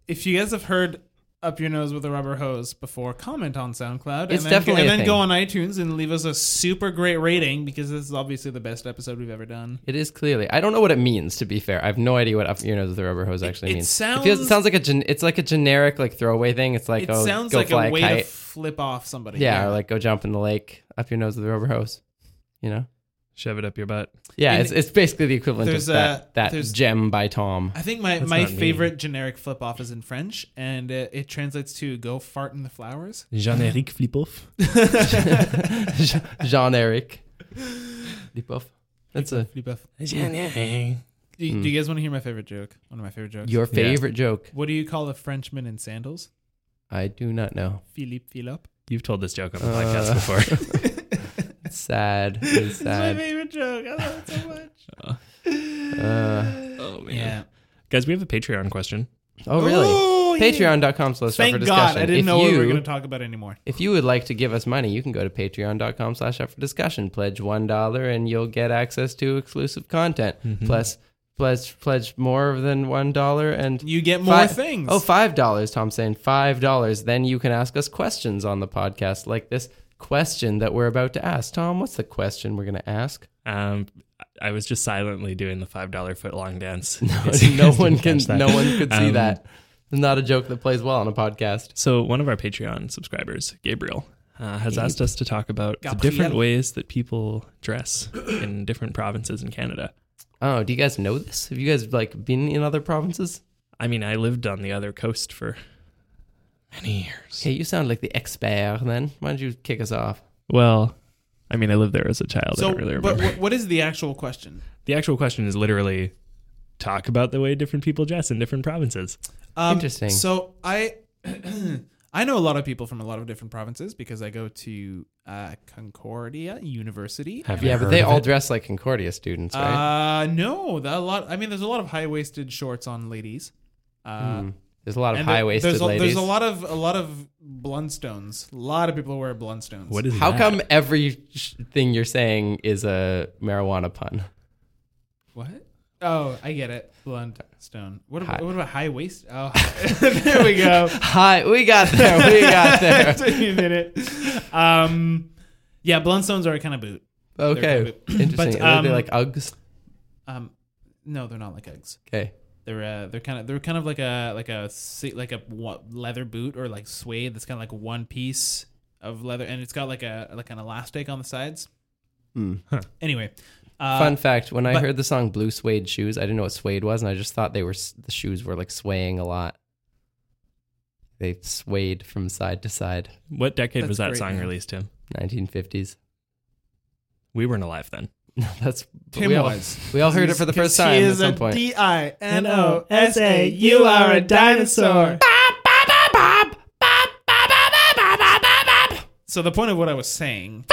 if you guys have heard up your nose with a rubber hose before comment on SoundCloud. and It's then, definitely and a then thing. go on iTunes and leave us a super great rating because this is obviously the best episode we've ever done. It is clearly. I don't know what it means. To be fair, I have no idea what up your nose with a rubber hose actually it means. sounds- it, feels, it sounds like a gen, it's like a generic like throwaway thing. It's like it oh, sounds go like fly a way to kite. flip off somebody. yeah, or like go jump in the lake up your nose with a rubber hose. You know. Shove it up your butt. Yeah, And it's, it's basically the equivalent of there's a- that, that there's- gem by *laughs* Tom. I think my, That's my not me. favorite generic flip off is in French, and it, it translates to "go fart in the flowers." *laughs* Jean-Eric Flipoff. *laughs* Jean Eric. Lipoff. That's a Do, Jean-Eric. you- do you guys want to hear my favorite joke? One of my favorite jokes. Hmm. your favorite joke. what do you call a Frenchman in sandals? I do not know. Philippe Philip. You've told this joke on the Uh, podcast *laughs* before. It's sad. That's It's sad. my favorite joke. I love it so much. *laughs* Uh. oh man. yeah. Guys, we have a Patreon question. Uh, Oh really? Oh, yeah. Patreon.com slash Thank for discussion. God I didn't if know you, what we were going to talk about anymore. If you would like to give us money, you can go to patreon.com slash up for discussion. Pledge one dollar and you'll get access to exclusive content. Mm-hmm. Plus pledge pledge more than one dollar and You get more Fi- things. Oh, five dollars, Tom's saying five dollars. Then you can ask us questions on the podcast, like this question that we're about to ask. Tom, what's the question we're gonna ask? *laughs* Um, I- I was just silently doing the five dollar foot long dance. No, no one can no one could Um, Um, see that. It's not a joke that plays well on a podcast. So one of our Patreon subscribers, Gabriel, uh, has asked us to talk about the Gabriel. different ways that people dress in different provinces in Canada. Oh, do you guys know this? Have you guys like been in other provinces? I mean, I lived on the other coast for many years. Okay, you sound like the expert then. Why don't you kick us off? Well, I mean, I lived there as a child. I so, don't really but remember. wh- what is the actual question? the actual question is literally talk about the way different people dress in different provinces. Um, Interesting. So I, *clears throat* I know a lot of people from a lot of different provinces because I go to uh, Concordia University. Have Yeah, you but heard they of all it? dress like Concordia students, right? Uh, no, that a lot. I mean, there's a lot of high waisted shorts on ladies. Uh, Hmm. there's a lot of and there- high waisted there's a, ladies. There's a lot of a lot of blundstones. A lot of people wear blundstones. What is How that? come every sh- thing you're saying is a marijuana pun? What? Oh, I get it. Blundstone. What about, Hi- what about high waist? Oh, *laughs* there we go. *laughs* Hi, we got there. We got there. Took me a minute. Um, yeah, blundstones are a kind of boot. They're Okay, kind of- interesting. But, It would be um, like Uggs. Um, no, they're not like Uggs. Okay, They're uh, they're kind of they're kind of like a like a se- like a what, leather boot or like suede that's kind of like one piece of leather and it's got like a like an elastic on the sides. Anyway, uh, Hmm. fun fact: when I but- heard the song "Blue Suede Shoes," I didn't know what suede was, and I just thought they were s- the shoes were like swaying a lot. They swayed from side to side. What decade was That's that great, song man. released, Tim? 1950s. We weren't alive then. *laughs* That's but Tim we all, was. We all heard it for the first time at some point. D I N O S A. You are a dinosaur. So the point of what I was saying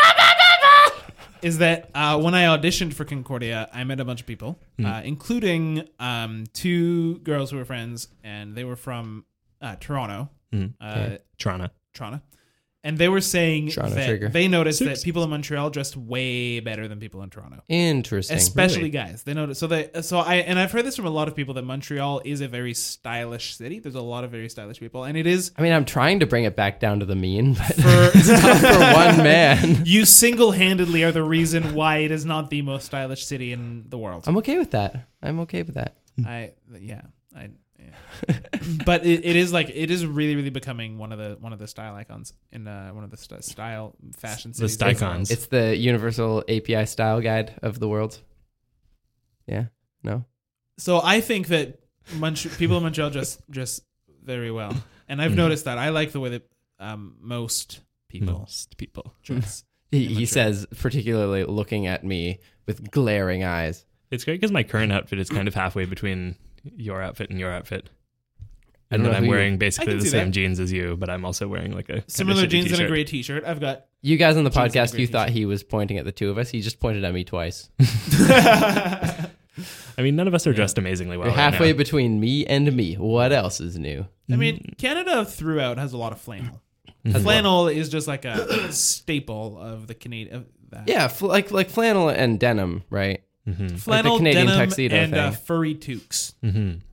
is that uh, when I auditioned for Concordia, I met a bunch of people, Hmm. uh, including um, two girls who were friends, and they were from uh, Toronto. Hmm. Uh, Toronto. Toronto. And they were saying Toronto that trigger. they noticed that people in Montreal dressed way better than people in Toronto Interesting. especially guys. They notice. So they. So I and I've heard this from a lot of people that Montreal is a very stylish city. There's a lot of very stylish people, and it is I mean, I'm trying to bring it back down to the mean, but *laughs* for *laughs* for one man, you single-handedly are the reason why it is not the most stylish city in the world. I'm okay with that. I'm okay with that. I yeah I. yeah. but it, it is like it is really really becoming one of the one of the style icons in uh, one of the st- style fashion The cities in world. Stykons. It's the Universal API Style Guide of the world. Yeah. No. So I think that Mont- people in Montreal dress dress very well, and Mm-hmm. I've noticed that. I like the way that um, most people Most people. *laughs* dress. He, he says, particularly looking at me with glaring eyes. It's great because my current outfit is kind of halfway between your outfit and your outfit. And then don't know I'm who you- wearing I basically can the see same that. jeans as you, but I'm also wearing like a kind of Similar shitty jeans and a t-shirt. gray T-shirt. I've got. You guys on the Sounds like a podcast, great you thought he was pointing at the two of us. He just pointed at me *laughs* twice. I mean, none of us are dressed amazingly well. You're right halfway now. between me and me. What else is new? I Mm-hmm. mean, Canada throughout has a lot of flannel. flannel is just like a staple of the Canadian. Of that. Yeah, fl- like like flannel and denim, right? flannel, Canadian denim, tuxedo and uh, thing. Mm, furry toques. Canada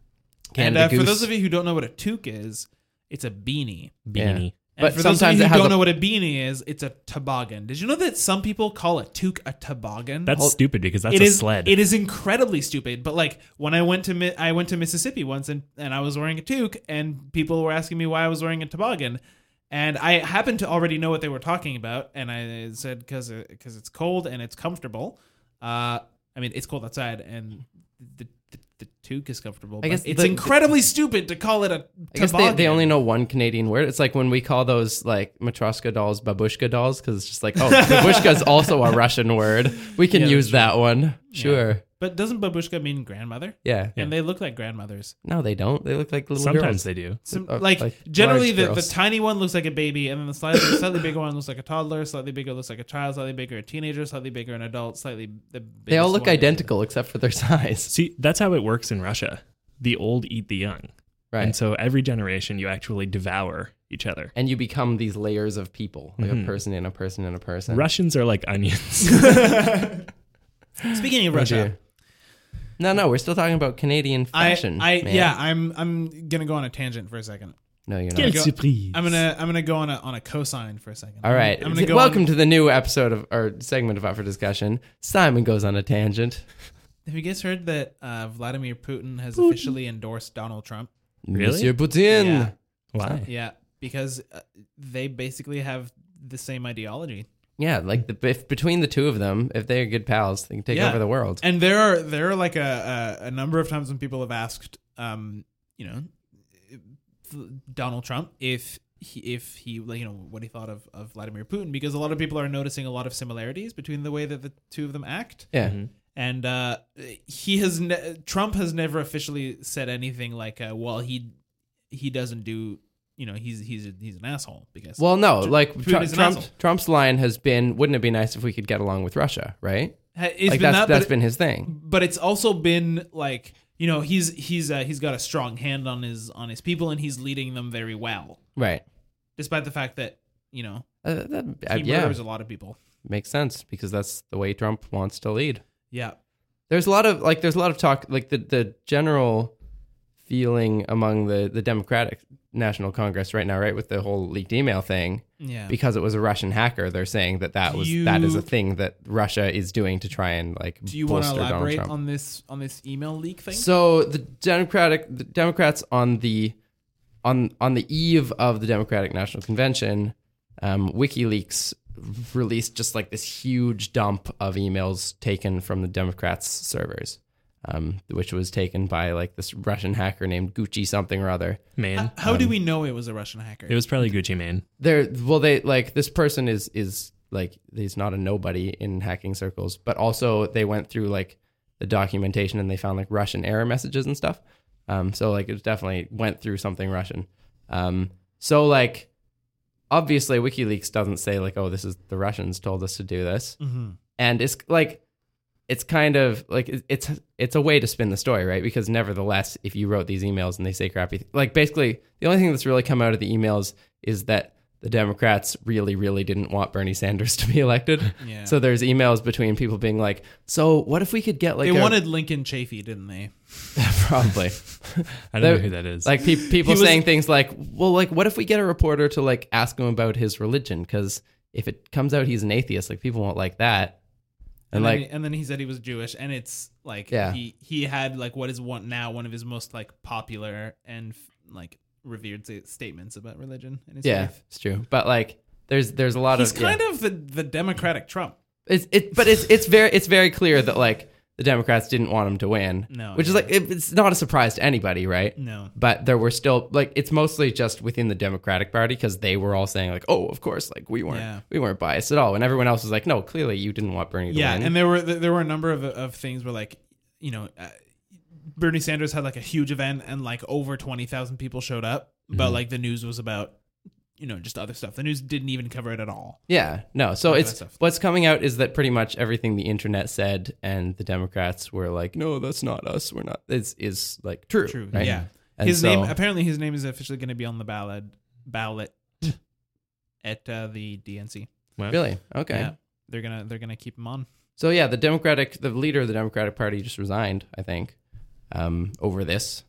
and uh, for Goose. those of you who don't know what a toque is, It's a beanie. Beanie. And But for sometimes those of you it who has don't a- know what a beanie is, it's a toboggan. Did you know that some people call a toque a toboggan? That's stupid because that's It a is- sled. It is incredibly stupid. But like when I went to Mi- I went to Mississippi once and and I was wearing a toque and people were asking me why I was wearing a toboggan. And I happened to already know what they were talking about, and I said because because it's cold and it's comfortable. Uh, I mean, it's cold outside, and the the, the toque is comfortable. but guess it's the- incredibly stupid to call it a I guess they, toboggan. they only know one Canadian word. It's like when we call those like Matroska dolls babushka dolls because it's just like, *laughs* oh, babushka is also a Russian word. We can Yeah, use that one. Sure. But doesn't babushka mean grandmother? Yeah. And they look like grandmothers. No, they don't. They look like little Sometimes girls. they do. Some, Uh, like, like generally, large the, the girls. tiny one looks like a baby, and then the slightly, slightly bigger one looks like a toddler. Slightly bigger looks like a child. Slightly bigger a teenager. Slightly bigger an adult. Slightly the They all biggest look one is- identical except for their *laughs* size. See, that's how it works in Russia. The old eat the young. Right. And so every generation, you actually devour each other. and you become these layers of people, like Mm-hmm. a person and a person and a person. Russians are like onions. *laughs* Speaking of Oh, Russia, dear. No, no, we're still talking about Canadian I, fashion. I man. yeah, I'm I'm gonna go on a tangent for a second. No, you're Quelle not. surprise. I'm gonna I'm gonna go on a on a cosine for a second. All right. I'm gonna go Welcome on- to the new episode of our segment of Up for Discussion. Simon goes on a tangent. Have you guys heard that uh, Vladimir Putin has officially endorsed Donald Trump? Really? Monsieur Putin. Yeah. Why? Yeah, because uh, they basically have the same ideology. Yeah, like the, if between the two of them, if they're good pals, they can take Yeah. over the world. And there are there are like a, a a number of times when people have asked, um, you know, Donald Trump if he, if he like, you know what he thought of of Vladimir Putin because a lot of people are noticing a lot of similarities between the way that the two of them act. yeah, and uh, he has ne- Trump has never officially said anything like, uh, "Well, he he doesn't do." You know he's he's a, he's an asshole because Well, no, Tr- like Putin Tru- is an Trump, asshole. Trump's line has been, wouldn't it be nice if we could get along with Russia, right? Ha- it's like been that's that, that's but, been his thing. but it's also been like you know he's he's uh, he's got a strong hand on his on his people and he's leading them very well Right. despite the fact that you know Uh, that, uh, he yeah, murders a lot of people makes sense because that's the way Trump wants to lead. yeah there's a lot of like there's a lot of talk like the the general feeling among the the democratic national congress right now right with the whole leaked email thing yeah because it was a russian hacker they're saying that that Do was you- that is a thing that russia is doing to try and like do you want to bolster donald elaborate trump on this on this email leak thing so the democratic the democrats on the on on the eve of the democratic national convention um, wikileaks released just like this huge dump of emails taken from the democrats servers um, which was taken by like this russian hacker named gucci something or other Man. how do we know it was a Russian hacker It was probably Gucci Mane. they're well they like this person is is like he's not a nobody in hacking circles but also they went through like the documentation and they found like russian error messages and stuff um so like it definitely went through something russian um so like obviously wikileaks doesn't say like oh this is the russians told us to do this Mm-hmm. and it's like it's kind of like it- it's it's a way to spin the story, right? Because nevertheless, if you wrote these emails and they say crappy, th- like basically the only thing that's really come out of the emails is that the Democrats really, really didn't want Bernie Sanders *laughs* to be elected. Yeah. So there's emails between people being like, "So what if we could get like they a-" wanted Lincoln Chafee, didn't they? *laughs* probably I don't There- know who that is. like pe- people was- saying things like, "Well, like what if we get a reporter to like ask him about his religion? Because if it comes out he's an atheist, like people won't like that." And, then like he- and then he said he was Jewish, and it's like Yeah. he he had like what is one now one of his most like popular and f- like revered sta- statements about religion and his Yeah, faith. it's true. But like, there's there's a lot He's of yeah. kind of the, the Democratic Trump. it's it, but it's it's very it's very clear that like the Democrats didn't want him to win. No, which is yeah. like it, it's not a surprise to anybody, right? No. but there were still like it's mostly just within the Democratic Party because they were all saying like, oh, of course, like we weren't Yeah. we weren't biased at all, and everyone else was like, no, clearly you didn't want Bernie to Yeah, win. and there were there were a number of of things where like you know uh, Bernie Sanders had like a huge event and like over twenty thousand people showed up, but Mm-hmm. like the news was about you know just other stuff. The news didn't even cover it at all. Yeah, no. So that it's stuff. what's coming out is that pretty much everything the internet said and the Democrats were like, no, that's not us. We're not. It's is like true. True. right? Yeah. And his so- name apparently his name is officially going to be on the ballot ballot at uh, the DNC. Really? Okay. Yeah. They're gonna they're gonna keep him on. So yeah, the Democratic, the leader of the Democratic Party just resigned, I think, um, over this.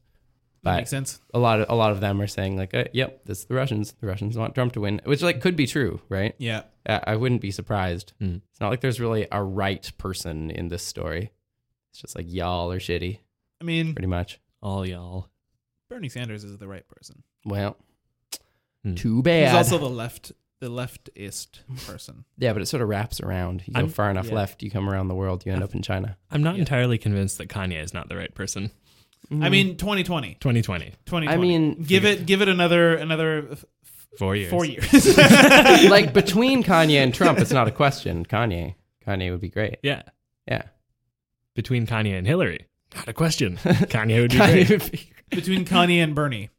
But makes sense. A lot of a lot of them are saying like, uh, "Yep, this is the Russians. The Russians want Trump to win," which like could be true, right? Yeah. I, I wouldn't be surprised. Hmm. It's not like there's really a right person in this story. It's just like y'all are shitty, I mean, pretty much. All y'all. Bernie Sanders is the right person. Well, Hmm. too bad. He's also the left, the leftist person. yeah, but it sort of wraps around. You go I'm- far enough yeah. left, you come around the world, you end up in China. I'm not entirely convinced that Kanye is not the right person. Mm. I *laughs* mean, 2020, 2020. 2020. I mean- give it, give it another, another f- Four years. four years. *laughs* like between Kanye and Trump, it's not a question. Kanye, Kanye would be great. Yeah. Yeah, Between Kanye and Hillary. Not a question. *laughs* Kanye would be Kanye great. would be. between Kanye and Bernie.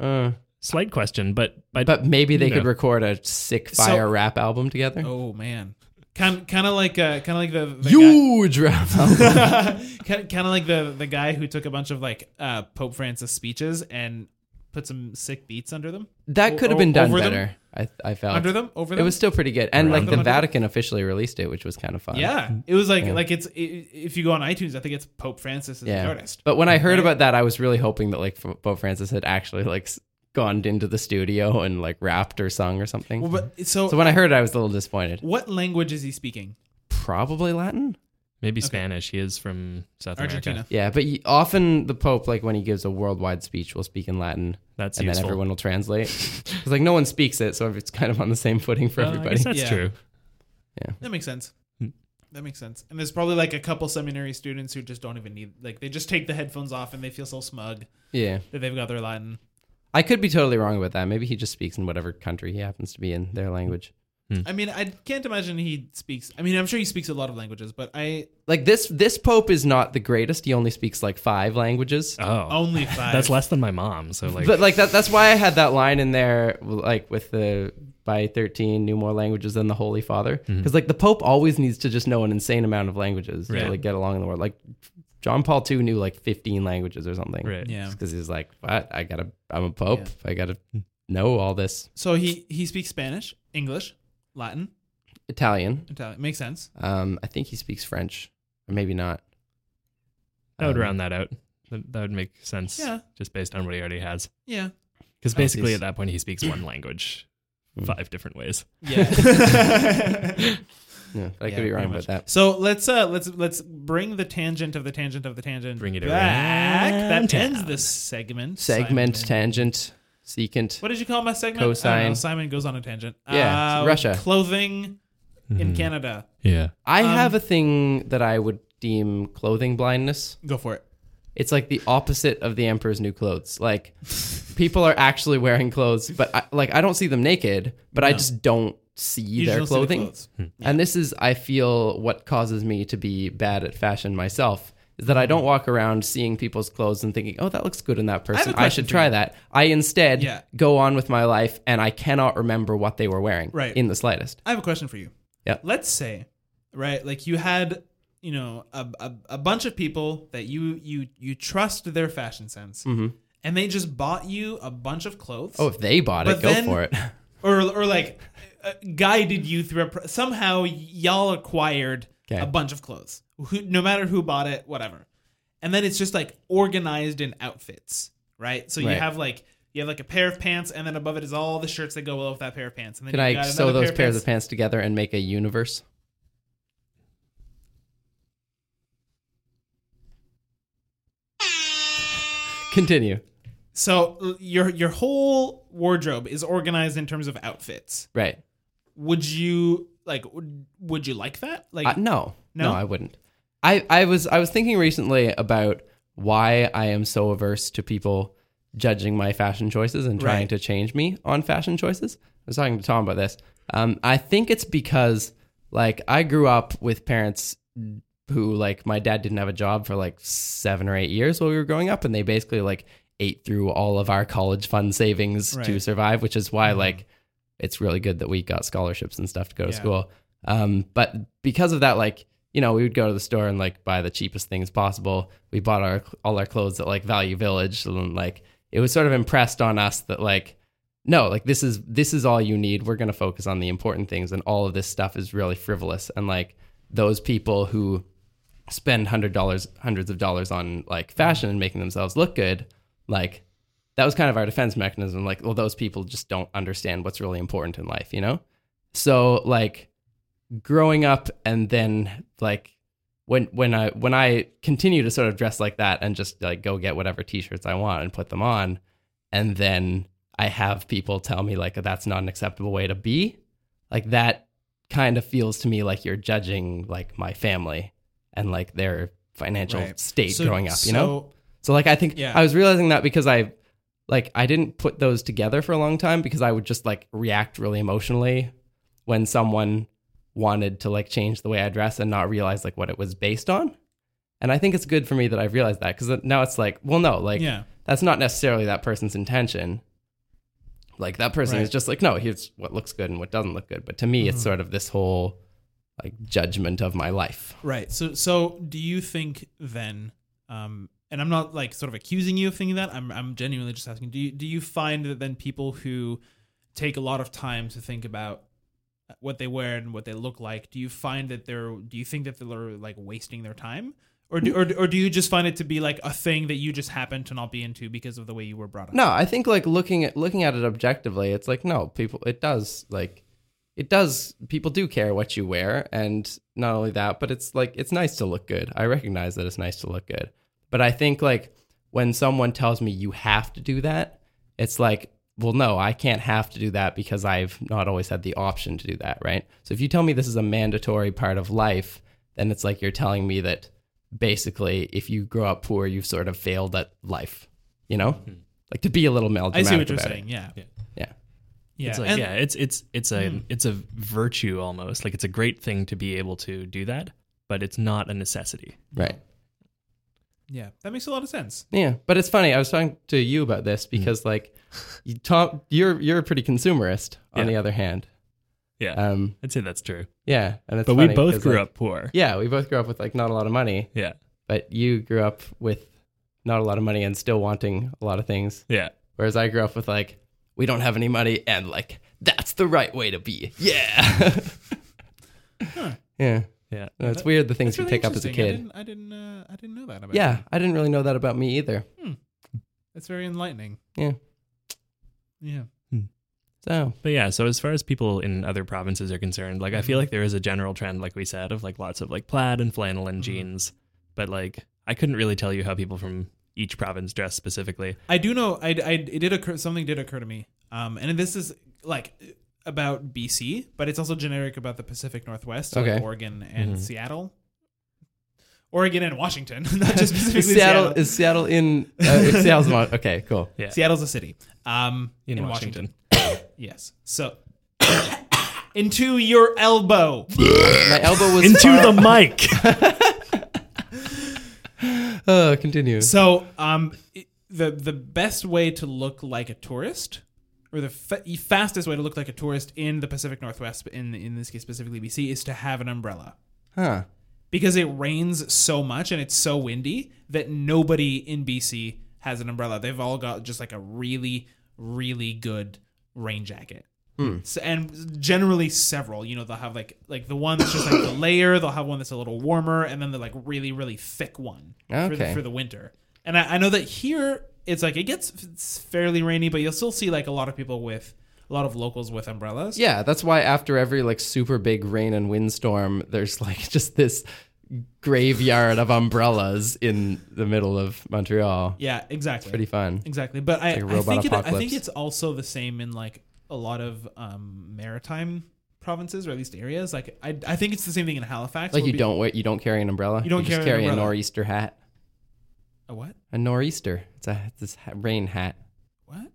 Uh, Slight question, but but, but maybe they No. could record a sick So- fire rap album together. Oh man, kind, kind of like, uh, kind of like the, the guy- *laughs* Huge rap album. kind of like the the guy who took a bunch of like uh, Pope Francis speeches and put some sick beats under them. O- that could have o- been done over them? better. I I felt Under them, over It them. was still pretty good, and like them, the under them? Vatican officially released it, which was kind of fun. yeah. It was like Yeah. like it's i if you go on iTunes, I think it's Pope Francis is the yeah. artist. But when I heard Right. about that, I was really hoping that like F- Pope Francis had actually like s- gone into the studio and like rapped or sung or something. Well, but so, so when I heard it, I was a little disappointed. what language is he speaking? Probably Latin. maybe Spanish. He is from South Argentina. America. Yeah, but y often the Pope, like when he gives a worldwide speech, will speak in Latin. That's and useful. then everyone *laughs* will translate. It's like no one speaks it, so it's kind of on the same footing for Well, Uh, Oh, I everybody. guess that's Yeah. true. That makes sense. Hmm. That makes sense. And there's probably like a couple seminary students who just don't even need like they just take the headphones off and they feel so smug *laughs* Yeah, that they've got their Latin. I could be totally wrong about that. Maybe he just speaks in whatever country he happens to be in their language. I mean, I can't imagine he speaks. I mean, I'm sure he speaks a lot of languages, but I Like this, this Pope is not the greatest. He only speaks like five languages. Oh. *laughs* only five. That's less than my mom. So like but like that, that's why I had that line in there, like with the by thirteen knew more languages than the Holy Father, because Mm-hmm. like the Pope always needs to just know an insane amount of languages Right. to like get along in the world. Like John Paul II knew like fifteen languages or something, Right. Yeah. Because he's like, what? I gotta, I'm a Pope. I gotta know all this So he he speaks Spanish, English, Latin, Italian. Italian. Makes sense. Um, I think he speaks French, or maybe not. I would Um, round that out. That, that would make sense. Yeah. Just based on what he already has. Yeah. Because basically at he's- that point he speaks one language five different ways. *laughs* Yeah. Yeah, but I Yeah, could be wrong pretty about that. so let's uh let's let's bring the tangent of the tangent of the tangent. Bring it back. That around ends town. this segment. Segment, Simon. tangent, secant. What did you call my segment? I don't Cosine. know. Simon goes on a tangent. Uh, Yeah, it's Russia. Mm-hmm. Clothing in Canada. Hmm. Yeah. I Um, have a thing that I would deem clothing blindness. Go for it. It's like the opposite of the Emperor's New *laughs* Clothes. Like people are actually wearing clothes, but I, like I don't see them naked, but I just don't see just their don't see the clothing. clothes. Hmm. And this is, I feel, what causes me to be bad at fashion myself. Is that I don't walk around seeing people's clothes and thinking, "Oh, that looks good in that person. I, question should for try you. that." I instead Yeah. go on with my life, and I cannot remember what they were wearing, Right. in the slightest. I have a question for you. Yeah. Let's say, right, like you had, you know, a, a, a bunch of people that you you you trust their fashion sense, and they just bought you a bunch of clothes. Mm-hmm. Oh, if they bought But it, go then- for it. *laughs* *laughs* or or like uh, guided you through a pr- somehow y'all acquired Okay. a bunch of clothes who, no matter who bought it whatever and then it's just like organized in outfits right so you Right. have like you have like a pair of pants and then above it is all the shirts that go well with that pair of pants and then Can you I got sew another those pairs of pants together and make a universe? Continue. so l- your your whole wardrobe is organized in terms of outfits Right. would you like would, would you like that like Uh, no, no, No? I wouldn't. I, I was I was thinking recently about why I am so averse to people judging my fashion choices and trying Right. to change me on fashion choices. I was talking to Tom about this. Um, I think it's because like I grew up with parents who like my dad didn't have a job for like seven or eight years while we were growing up, and they basically like ate through all of our college fund savings to Right. Mm-hmm. survive, which is why like it's really good that we got scholarships and stuff to go to Yeah. school. Um, but because of that, like, you know, we would go to the store and like buy the cheapest things possible. We bought our all our clothes at like Value Village, and like it was sort of impressed on us that like, no, like this is this is all you need. We're gonna focus on the important things, and all of this stuff is really frivolous. And like those people who spend hundred dollars, hundreds of dollars on like fashion and making themselves look good, like that was kind of our defense mechanism like well those people just don't understand what's really important in life you know so like growing up and then like when when i when i continue to sort of dress like that and just like go get whatever t-shirts i want and put them on and then i have people tell me like that's not an acceptable way to be like that kind of feels to me like you're judging like my family and like their financial Right. state So- growing up you know so- so like I think Yeah. I was realizing that because I like I didn't put those together for a long time because I would just like react really emotionally when someone wanted to like change the way I dress and not realize like what it was based on. And I think it's good for me that I've realized that because now it's like, well, no, like Yeah. that's not necessarily that person's intention. Like that person is Right. Mm-hmm. just like, no, here's what looks good and what doesn't look good. But to me, it's sort of this whole like judgment of my life. Right. So so do you think then um and I'm not like sort of accusing you of thinking that. I'm I'm genuinely just asking do you do you find that then people who take a lot of time to think about uh, what they wear and what they look like, do you find that they're do you think that they're like wasting their time? Or do, or, or do you just find it to be like a thing that you just happen to not be into because of the way you were brought up? No, I think like looking at looking at it objectively, it's like no, people it does like it does people do care what you wear and not only that, but it's like it's nice to look good. I recognize that it's nice to look good. But I think like when someone tells me you have to do that, it's like well no, I can't have to do that because I've not always had the option to do that, right? So if you tell me this is a mandatory part of life, then it's like you're telling me that basically if you grow up poor, you've sort of failed at life, you know? Hmm. Like to be a little I melodramatic. see what you're about it. saying. Yeah. Yeah. Yeah. It's like, And- yeah, Hmm. it's it's it's a it's a virtue almost. Like it's a great thing to be able to do that, but it's not a necessity. Right. yeah. That makes a lot of sense. Yeah, but it's funny. I was talking to you about this Hmm. because, like, you, Tom, you're you're pretty consumerist. On Yeah. the other hand, Yeah, um, I'd say that's true. yeah, and it's But we funny both 'cause, grew like, up poor. Yeah, we both grew up with like not a lot of money, Yeah, but you grew up with not a lot of money and still wanting a lot of things. yeah. Whereas I grew up with like we don't have any money and like that's the right way to be. Yeah. Yeah. Yeah. No, it's weird the things That's really you pick up as a interesting. I kid. didn't I didn't, uh, I didn't know that about you. Yeah, I didn't really know that about me either. That's very enlightening. Yeah. Yeah. So But yeah, so as far as people in other provinces are concerned, like I Mm-hmm. feel like there is a general trend, like we said, of like lots of like plaid and flannel Mm-hmm. and jeans. But like I couldn't really tell you how people from each province dress specifically. I do know. I, I it did occur. Something did occur to me. Um, and this is like about BC, but it's also generic about the Pacific Northwest, so, like, Okay. Oregon and Seattle, Oregon and Washington, *laughs* not just specifically Seattle. Seattle is Seattle in uh, *laughs* if Seattle's Mon- okay, cool. Yeah. Seattle's a city. Um, In yes. So *coughs* into your elbow. My elbow *laughs* was Into far- the mic. Uh, continue. So, um, i- the the best way to look like a tourist, or the fa- fastest way to look like a tourist in the Pacific Northwest, in in this case specifically BC, is to have an umbrella Huh. because it rains so much and it's so windy that nobody in BC has an umbrella. They've all got just like a really really good rain jacket. Hmm. So, and generally several, you know, they'll have like like the one that's just like the layer. They'll have one that's a little warmer, and then the like really really thick one for, the, Okay. for the winter. And I, I know that here it's like it gets it's fairly rainy, but you'll still see like a lot of people with a lot of locals with umbrellas. Yeah, that's why after every like super big rain and windstorm, there's like *laughs* just this graveyard of umbrellas in the middle of Montreal. yeah, exactly. Pretty fun. Exactly, but I, like a I robot think it, I think apocalypse. it's also the same in like a lot of um, maritime provinces or at least areas. Like I, I think it's the same thing in Halifax. Like where you pe- don't wear, you don't carry an umbrella. You don't just carry an carry a umbrella. nor'easter hat. a what A nor'easter. It's a it's this ha- rain hat. what.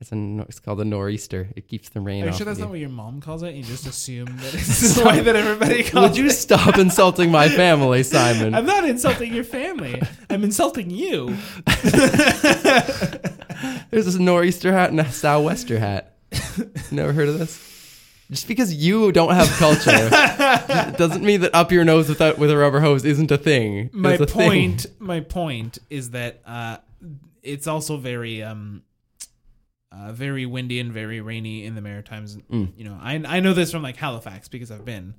It's a nor- it's called a nor'easter. It keeps the rain Are you off. sure of that's you. not what your mom calls it? You *laughs* just assume that it's the way that everybody calls Would you it. stop insulting *laughs* my family, Simon? I'm not insulting your family. I'm insulting you. There's this nor'easter hat and a *laughs* sou'wester hat. Never heard of this? Just because you don't have *laughs* culture doesn't mean that up your nose without with a rubber hose isn't a thing. My It's a thing. point, my point is that uh, it's also very, um, uh, very windy and very rainy in the Maritimes. Mm. You know, I I know this from like Halifax because I've been,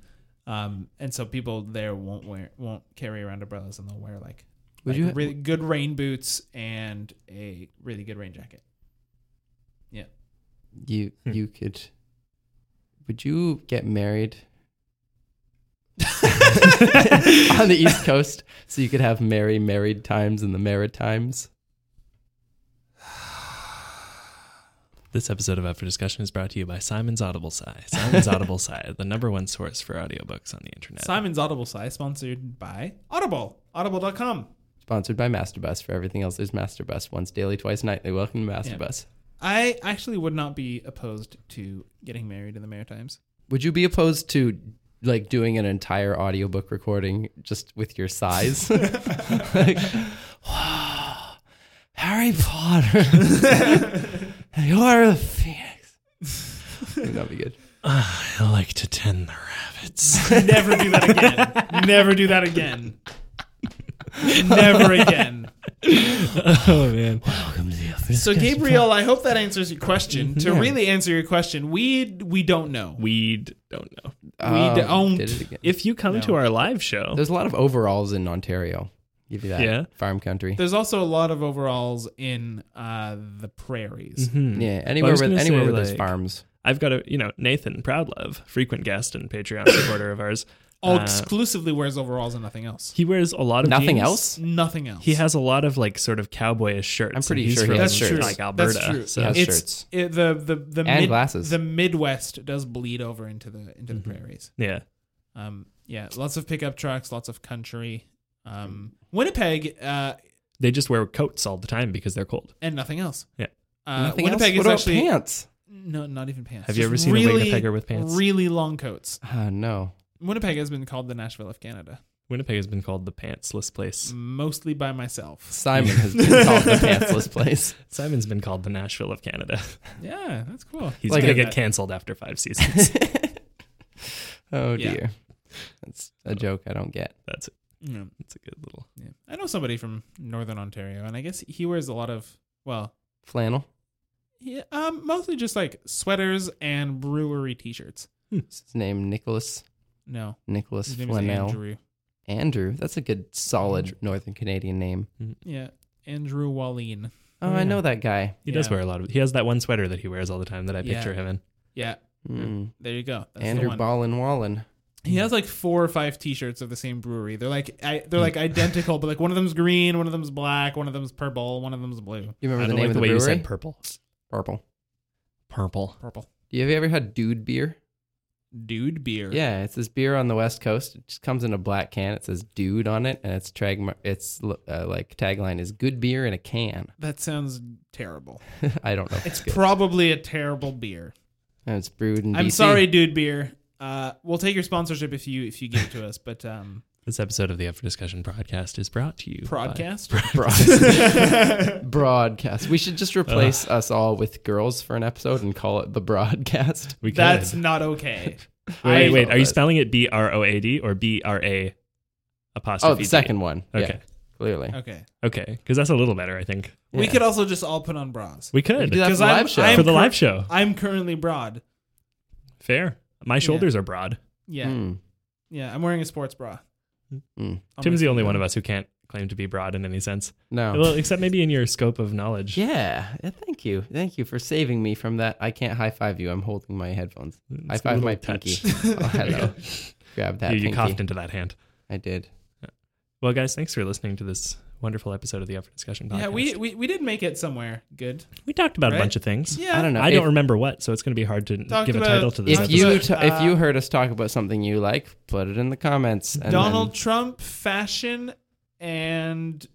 um, and so people there won't wear won't carry around umbrellas and they'll wear like Would Like you ha- really good rain boots and a really good rain jacket. Yeah. Uh, You Hmm. you could. Would you get married *laughs* on the East Coast so you could have merry married times in the Maritimes? This episode of Up for Discussion is brought to you by Simon's Audible Sigh. *laughs* Simon's Audible Sigh, the number one source for audiobooks on the internet. Simon's Audible Sigh, sponsored by Audible. Audible.com. Sponsored by MasterBus. For everything else, there's MasterBus. Once daily, twice nightly. Welcome to Yeah. MasterBus. I actually would not be opposed to getting married in the Maritimes. Would you be opposed to like doing an entire audiobook recording just with *laughs* your sighs? like, wow, Harry *laughs* Potter. You're a phoenix. That'd be good. I like to tend the rabbits. Never do that again. Never do that again. Never again. oh man. So Gabriel, I hope that answers your question. To really answer your question, we we don't know. We, We d- don't know. Oh, don't. did it again. If you come to our live show, There's a lot of overalls in Ontario. Give you that. Yeah. Farm country. There's also a lot of overalls in uh, the Mm-hmm. prairies. yeah. Anywhere with gonna anywhere say, with those like- farms. I've got a you know Nathan Proudlove, frequent guest and Patreon *coughs* supporter of ours. All Uh, Oh, exclusively wears overalls and nothing else. he wears a lot of Oh, Nothing jeans. else? Nothing else. He has a lot of like sort of cowboyish shirts. I'm pretty and he's sure he from, has That's true. shirts. Like Alberta. That's true. So He has it's, shirts. it- the the the And glasses. Mm-hmm. The Midwest does bleed over into the into the prairies. yeah. Um, yeah, lots of pickup trucks, lots of country. Um, Winnipeg uh, They just wear coats all the time because they're cold. and nothing else. Yeah. Uh, Nothing Winnipeg else? is What about actually pants? no, not even pants. Have you Just ever seen a really, Winnipegger with pants? Really long coats. Uh, no. Winnipeg has been called the Nashville of Canada, Winnipeg has been called the pantsless place. mostly by myself. Simon *laughs* has been called the pantsless place. Simon's been called the Nashville of Canada. Yeah, that's cool. He's Like gonna a- get canceled after five *laughs* seasons. Oh Yeah. dear. That's a joke I don't get. that's a, Yeah, that's a good little. yeah. I know somebody from Northern Ontario, and I guess he wears a lot of well, Flannel. yeah, um, mostly just like sweaters and brewery T-shirts. Is his name Nicholas No, Nicholas his name is Flannel. Andrew. Andrew. That's a good solid northern Canadian name. Yeah, Andrew Walline. Oh, I know that guy. He does Yeah. wear a lot of. He has that one sweater that he wears all the time that I picture him in. Yeah, Mm. there you go. That's the Andrew one. Ballin Wallen. He has like four or five T-shirts of the same brewery. They're like I, they're like identical, but like one of them's green, one of them's black, one of them's purple, one of them's blue, You remember I the don't name like the of the way you brewery? said purple. Purple. Purple. purple. Do you have you ever had dude beer? Dude beer. Yeah, it's this beer on the West Coast. It just comes in a black can. It says "dude" on it, and its tag, its uh, like tagline is "good beer in a can." *laughs* that sounds terrible. I don't know. If it's It's good. probably a terrible beer. and it's brewed in. I'm BC. sorry, dude beer. Uh, we'll take your sponsorship if you if you give it to us, but *laughs* um, This episode of the Up for Discussion podcast is brought to you. By, *laughs* broadcast. broadcast. We should just replace us all with girls for an episode and call it the broadcast. we could. That's not okay. Wait, I- wait. Are you that. spelling it B R O A D or B R A apostrophe? Oh, the D? second one. Yeah, Okay. Uh, clearly. Okay. Okay, because that's a little better, I think. We Yeah. could also just all put on bras. We could We could do that for 'Cause the I'm- live show. I'm for the cur- live show. I'm currently broad. Fair. My shoulders are broad. Yeah. Mm. Yeah. I'm wearing a sports bra. Mm. I'll Tim's make the only you one know. of us who can't claim to be broad in any sense. No. Well, except maybe in your scope of knowledge. Oh. *laughs* yeah. yeah, Thank you. Thank you for saving me from that. I can't high five you. I'm holding my headphones. High a five little my touch. pinky. *laughs* Oh, hello. Grab that. You, you pinky. coughed into that hand. I did. Well, guys, thanks for listening to this wonderful episode of the After Discussion podcast. Yeah, we, we we did make it somewhere good. we talked about a Right? bunch of things. Yeah. I don't know. I if, don't remember what, so it's going to be hard to Talked give a about- title to this. If episode. you Episode, t- if uh, you heard us talk about something you like, put it in the comments. And Donald then Trump fashion and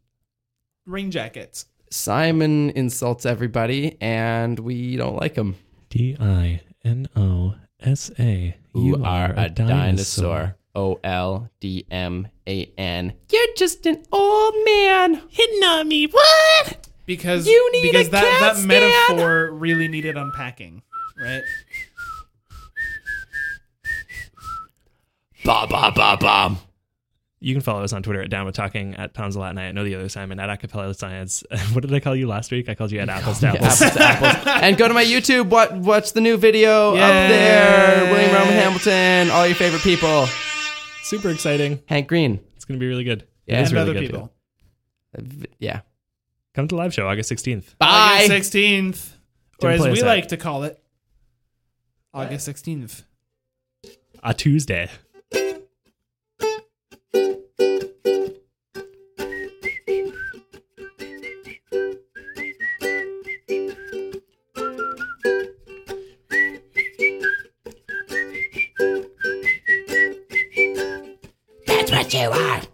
rain jackets. Simon insults everybody, and we don't like him. D I N O S A. You are a dinosaur. O L D M A N. You're just an old man hitting on me. What? Because You need because a that, cat that stand. metaphor really needed unpacking, right? Ba ba ba *laughs* ba. You can follow us on Twitter at Down with Talking, at Tom's a Lot Night, Know the Other Simon, at Acapella Science. *laughs* what did I call you last week? I called you at Apples to Apples. Apples to apples. And go to my YouTube. What? Watch the new video up there. William Roman Hamilton. All your favorite people. *laughs* Super exciting. Hank Green. It's going to be really good. It Yeah. is and really other good. people. Yeah. Come to the live show August 16th. Bye. August 16th. Or Didn't as play we us out. like to call it, August 16th. A Tuesday. That's what you are.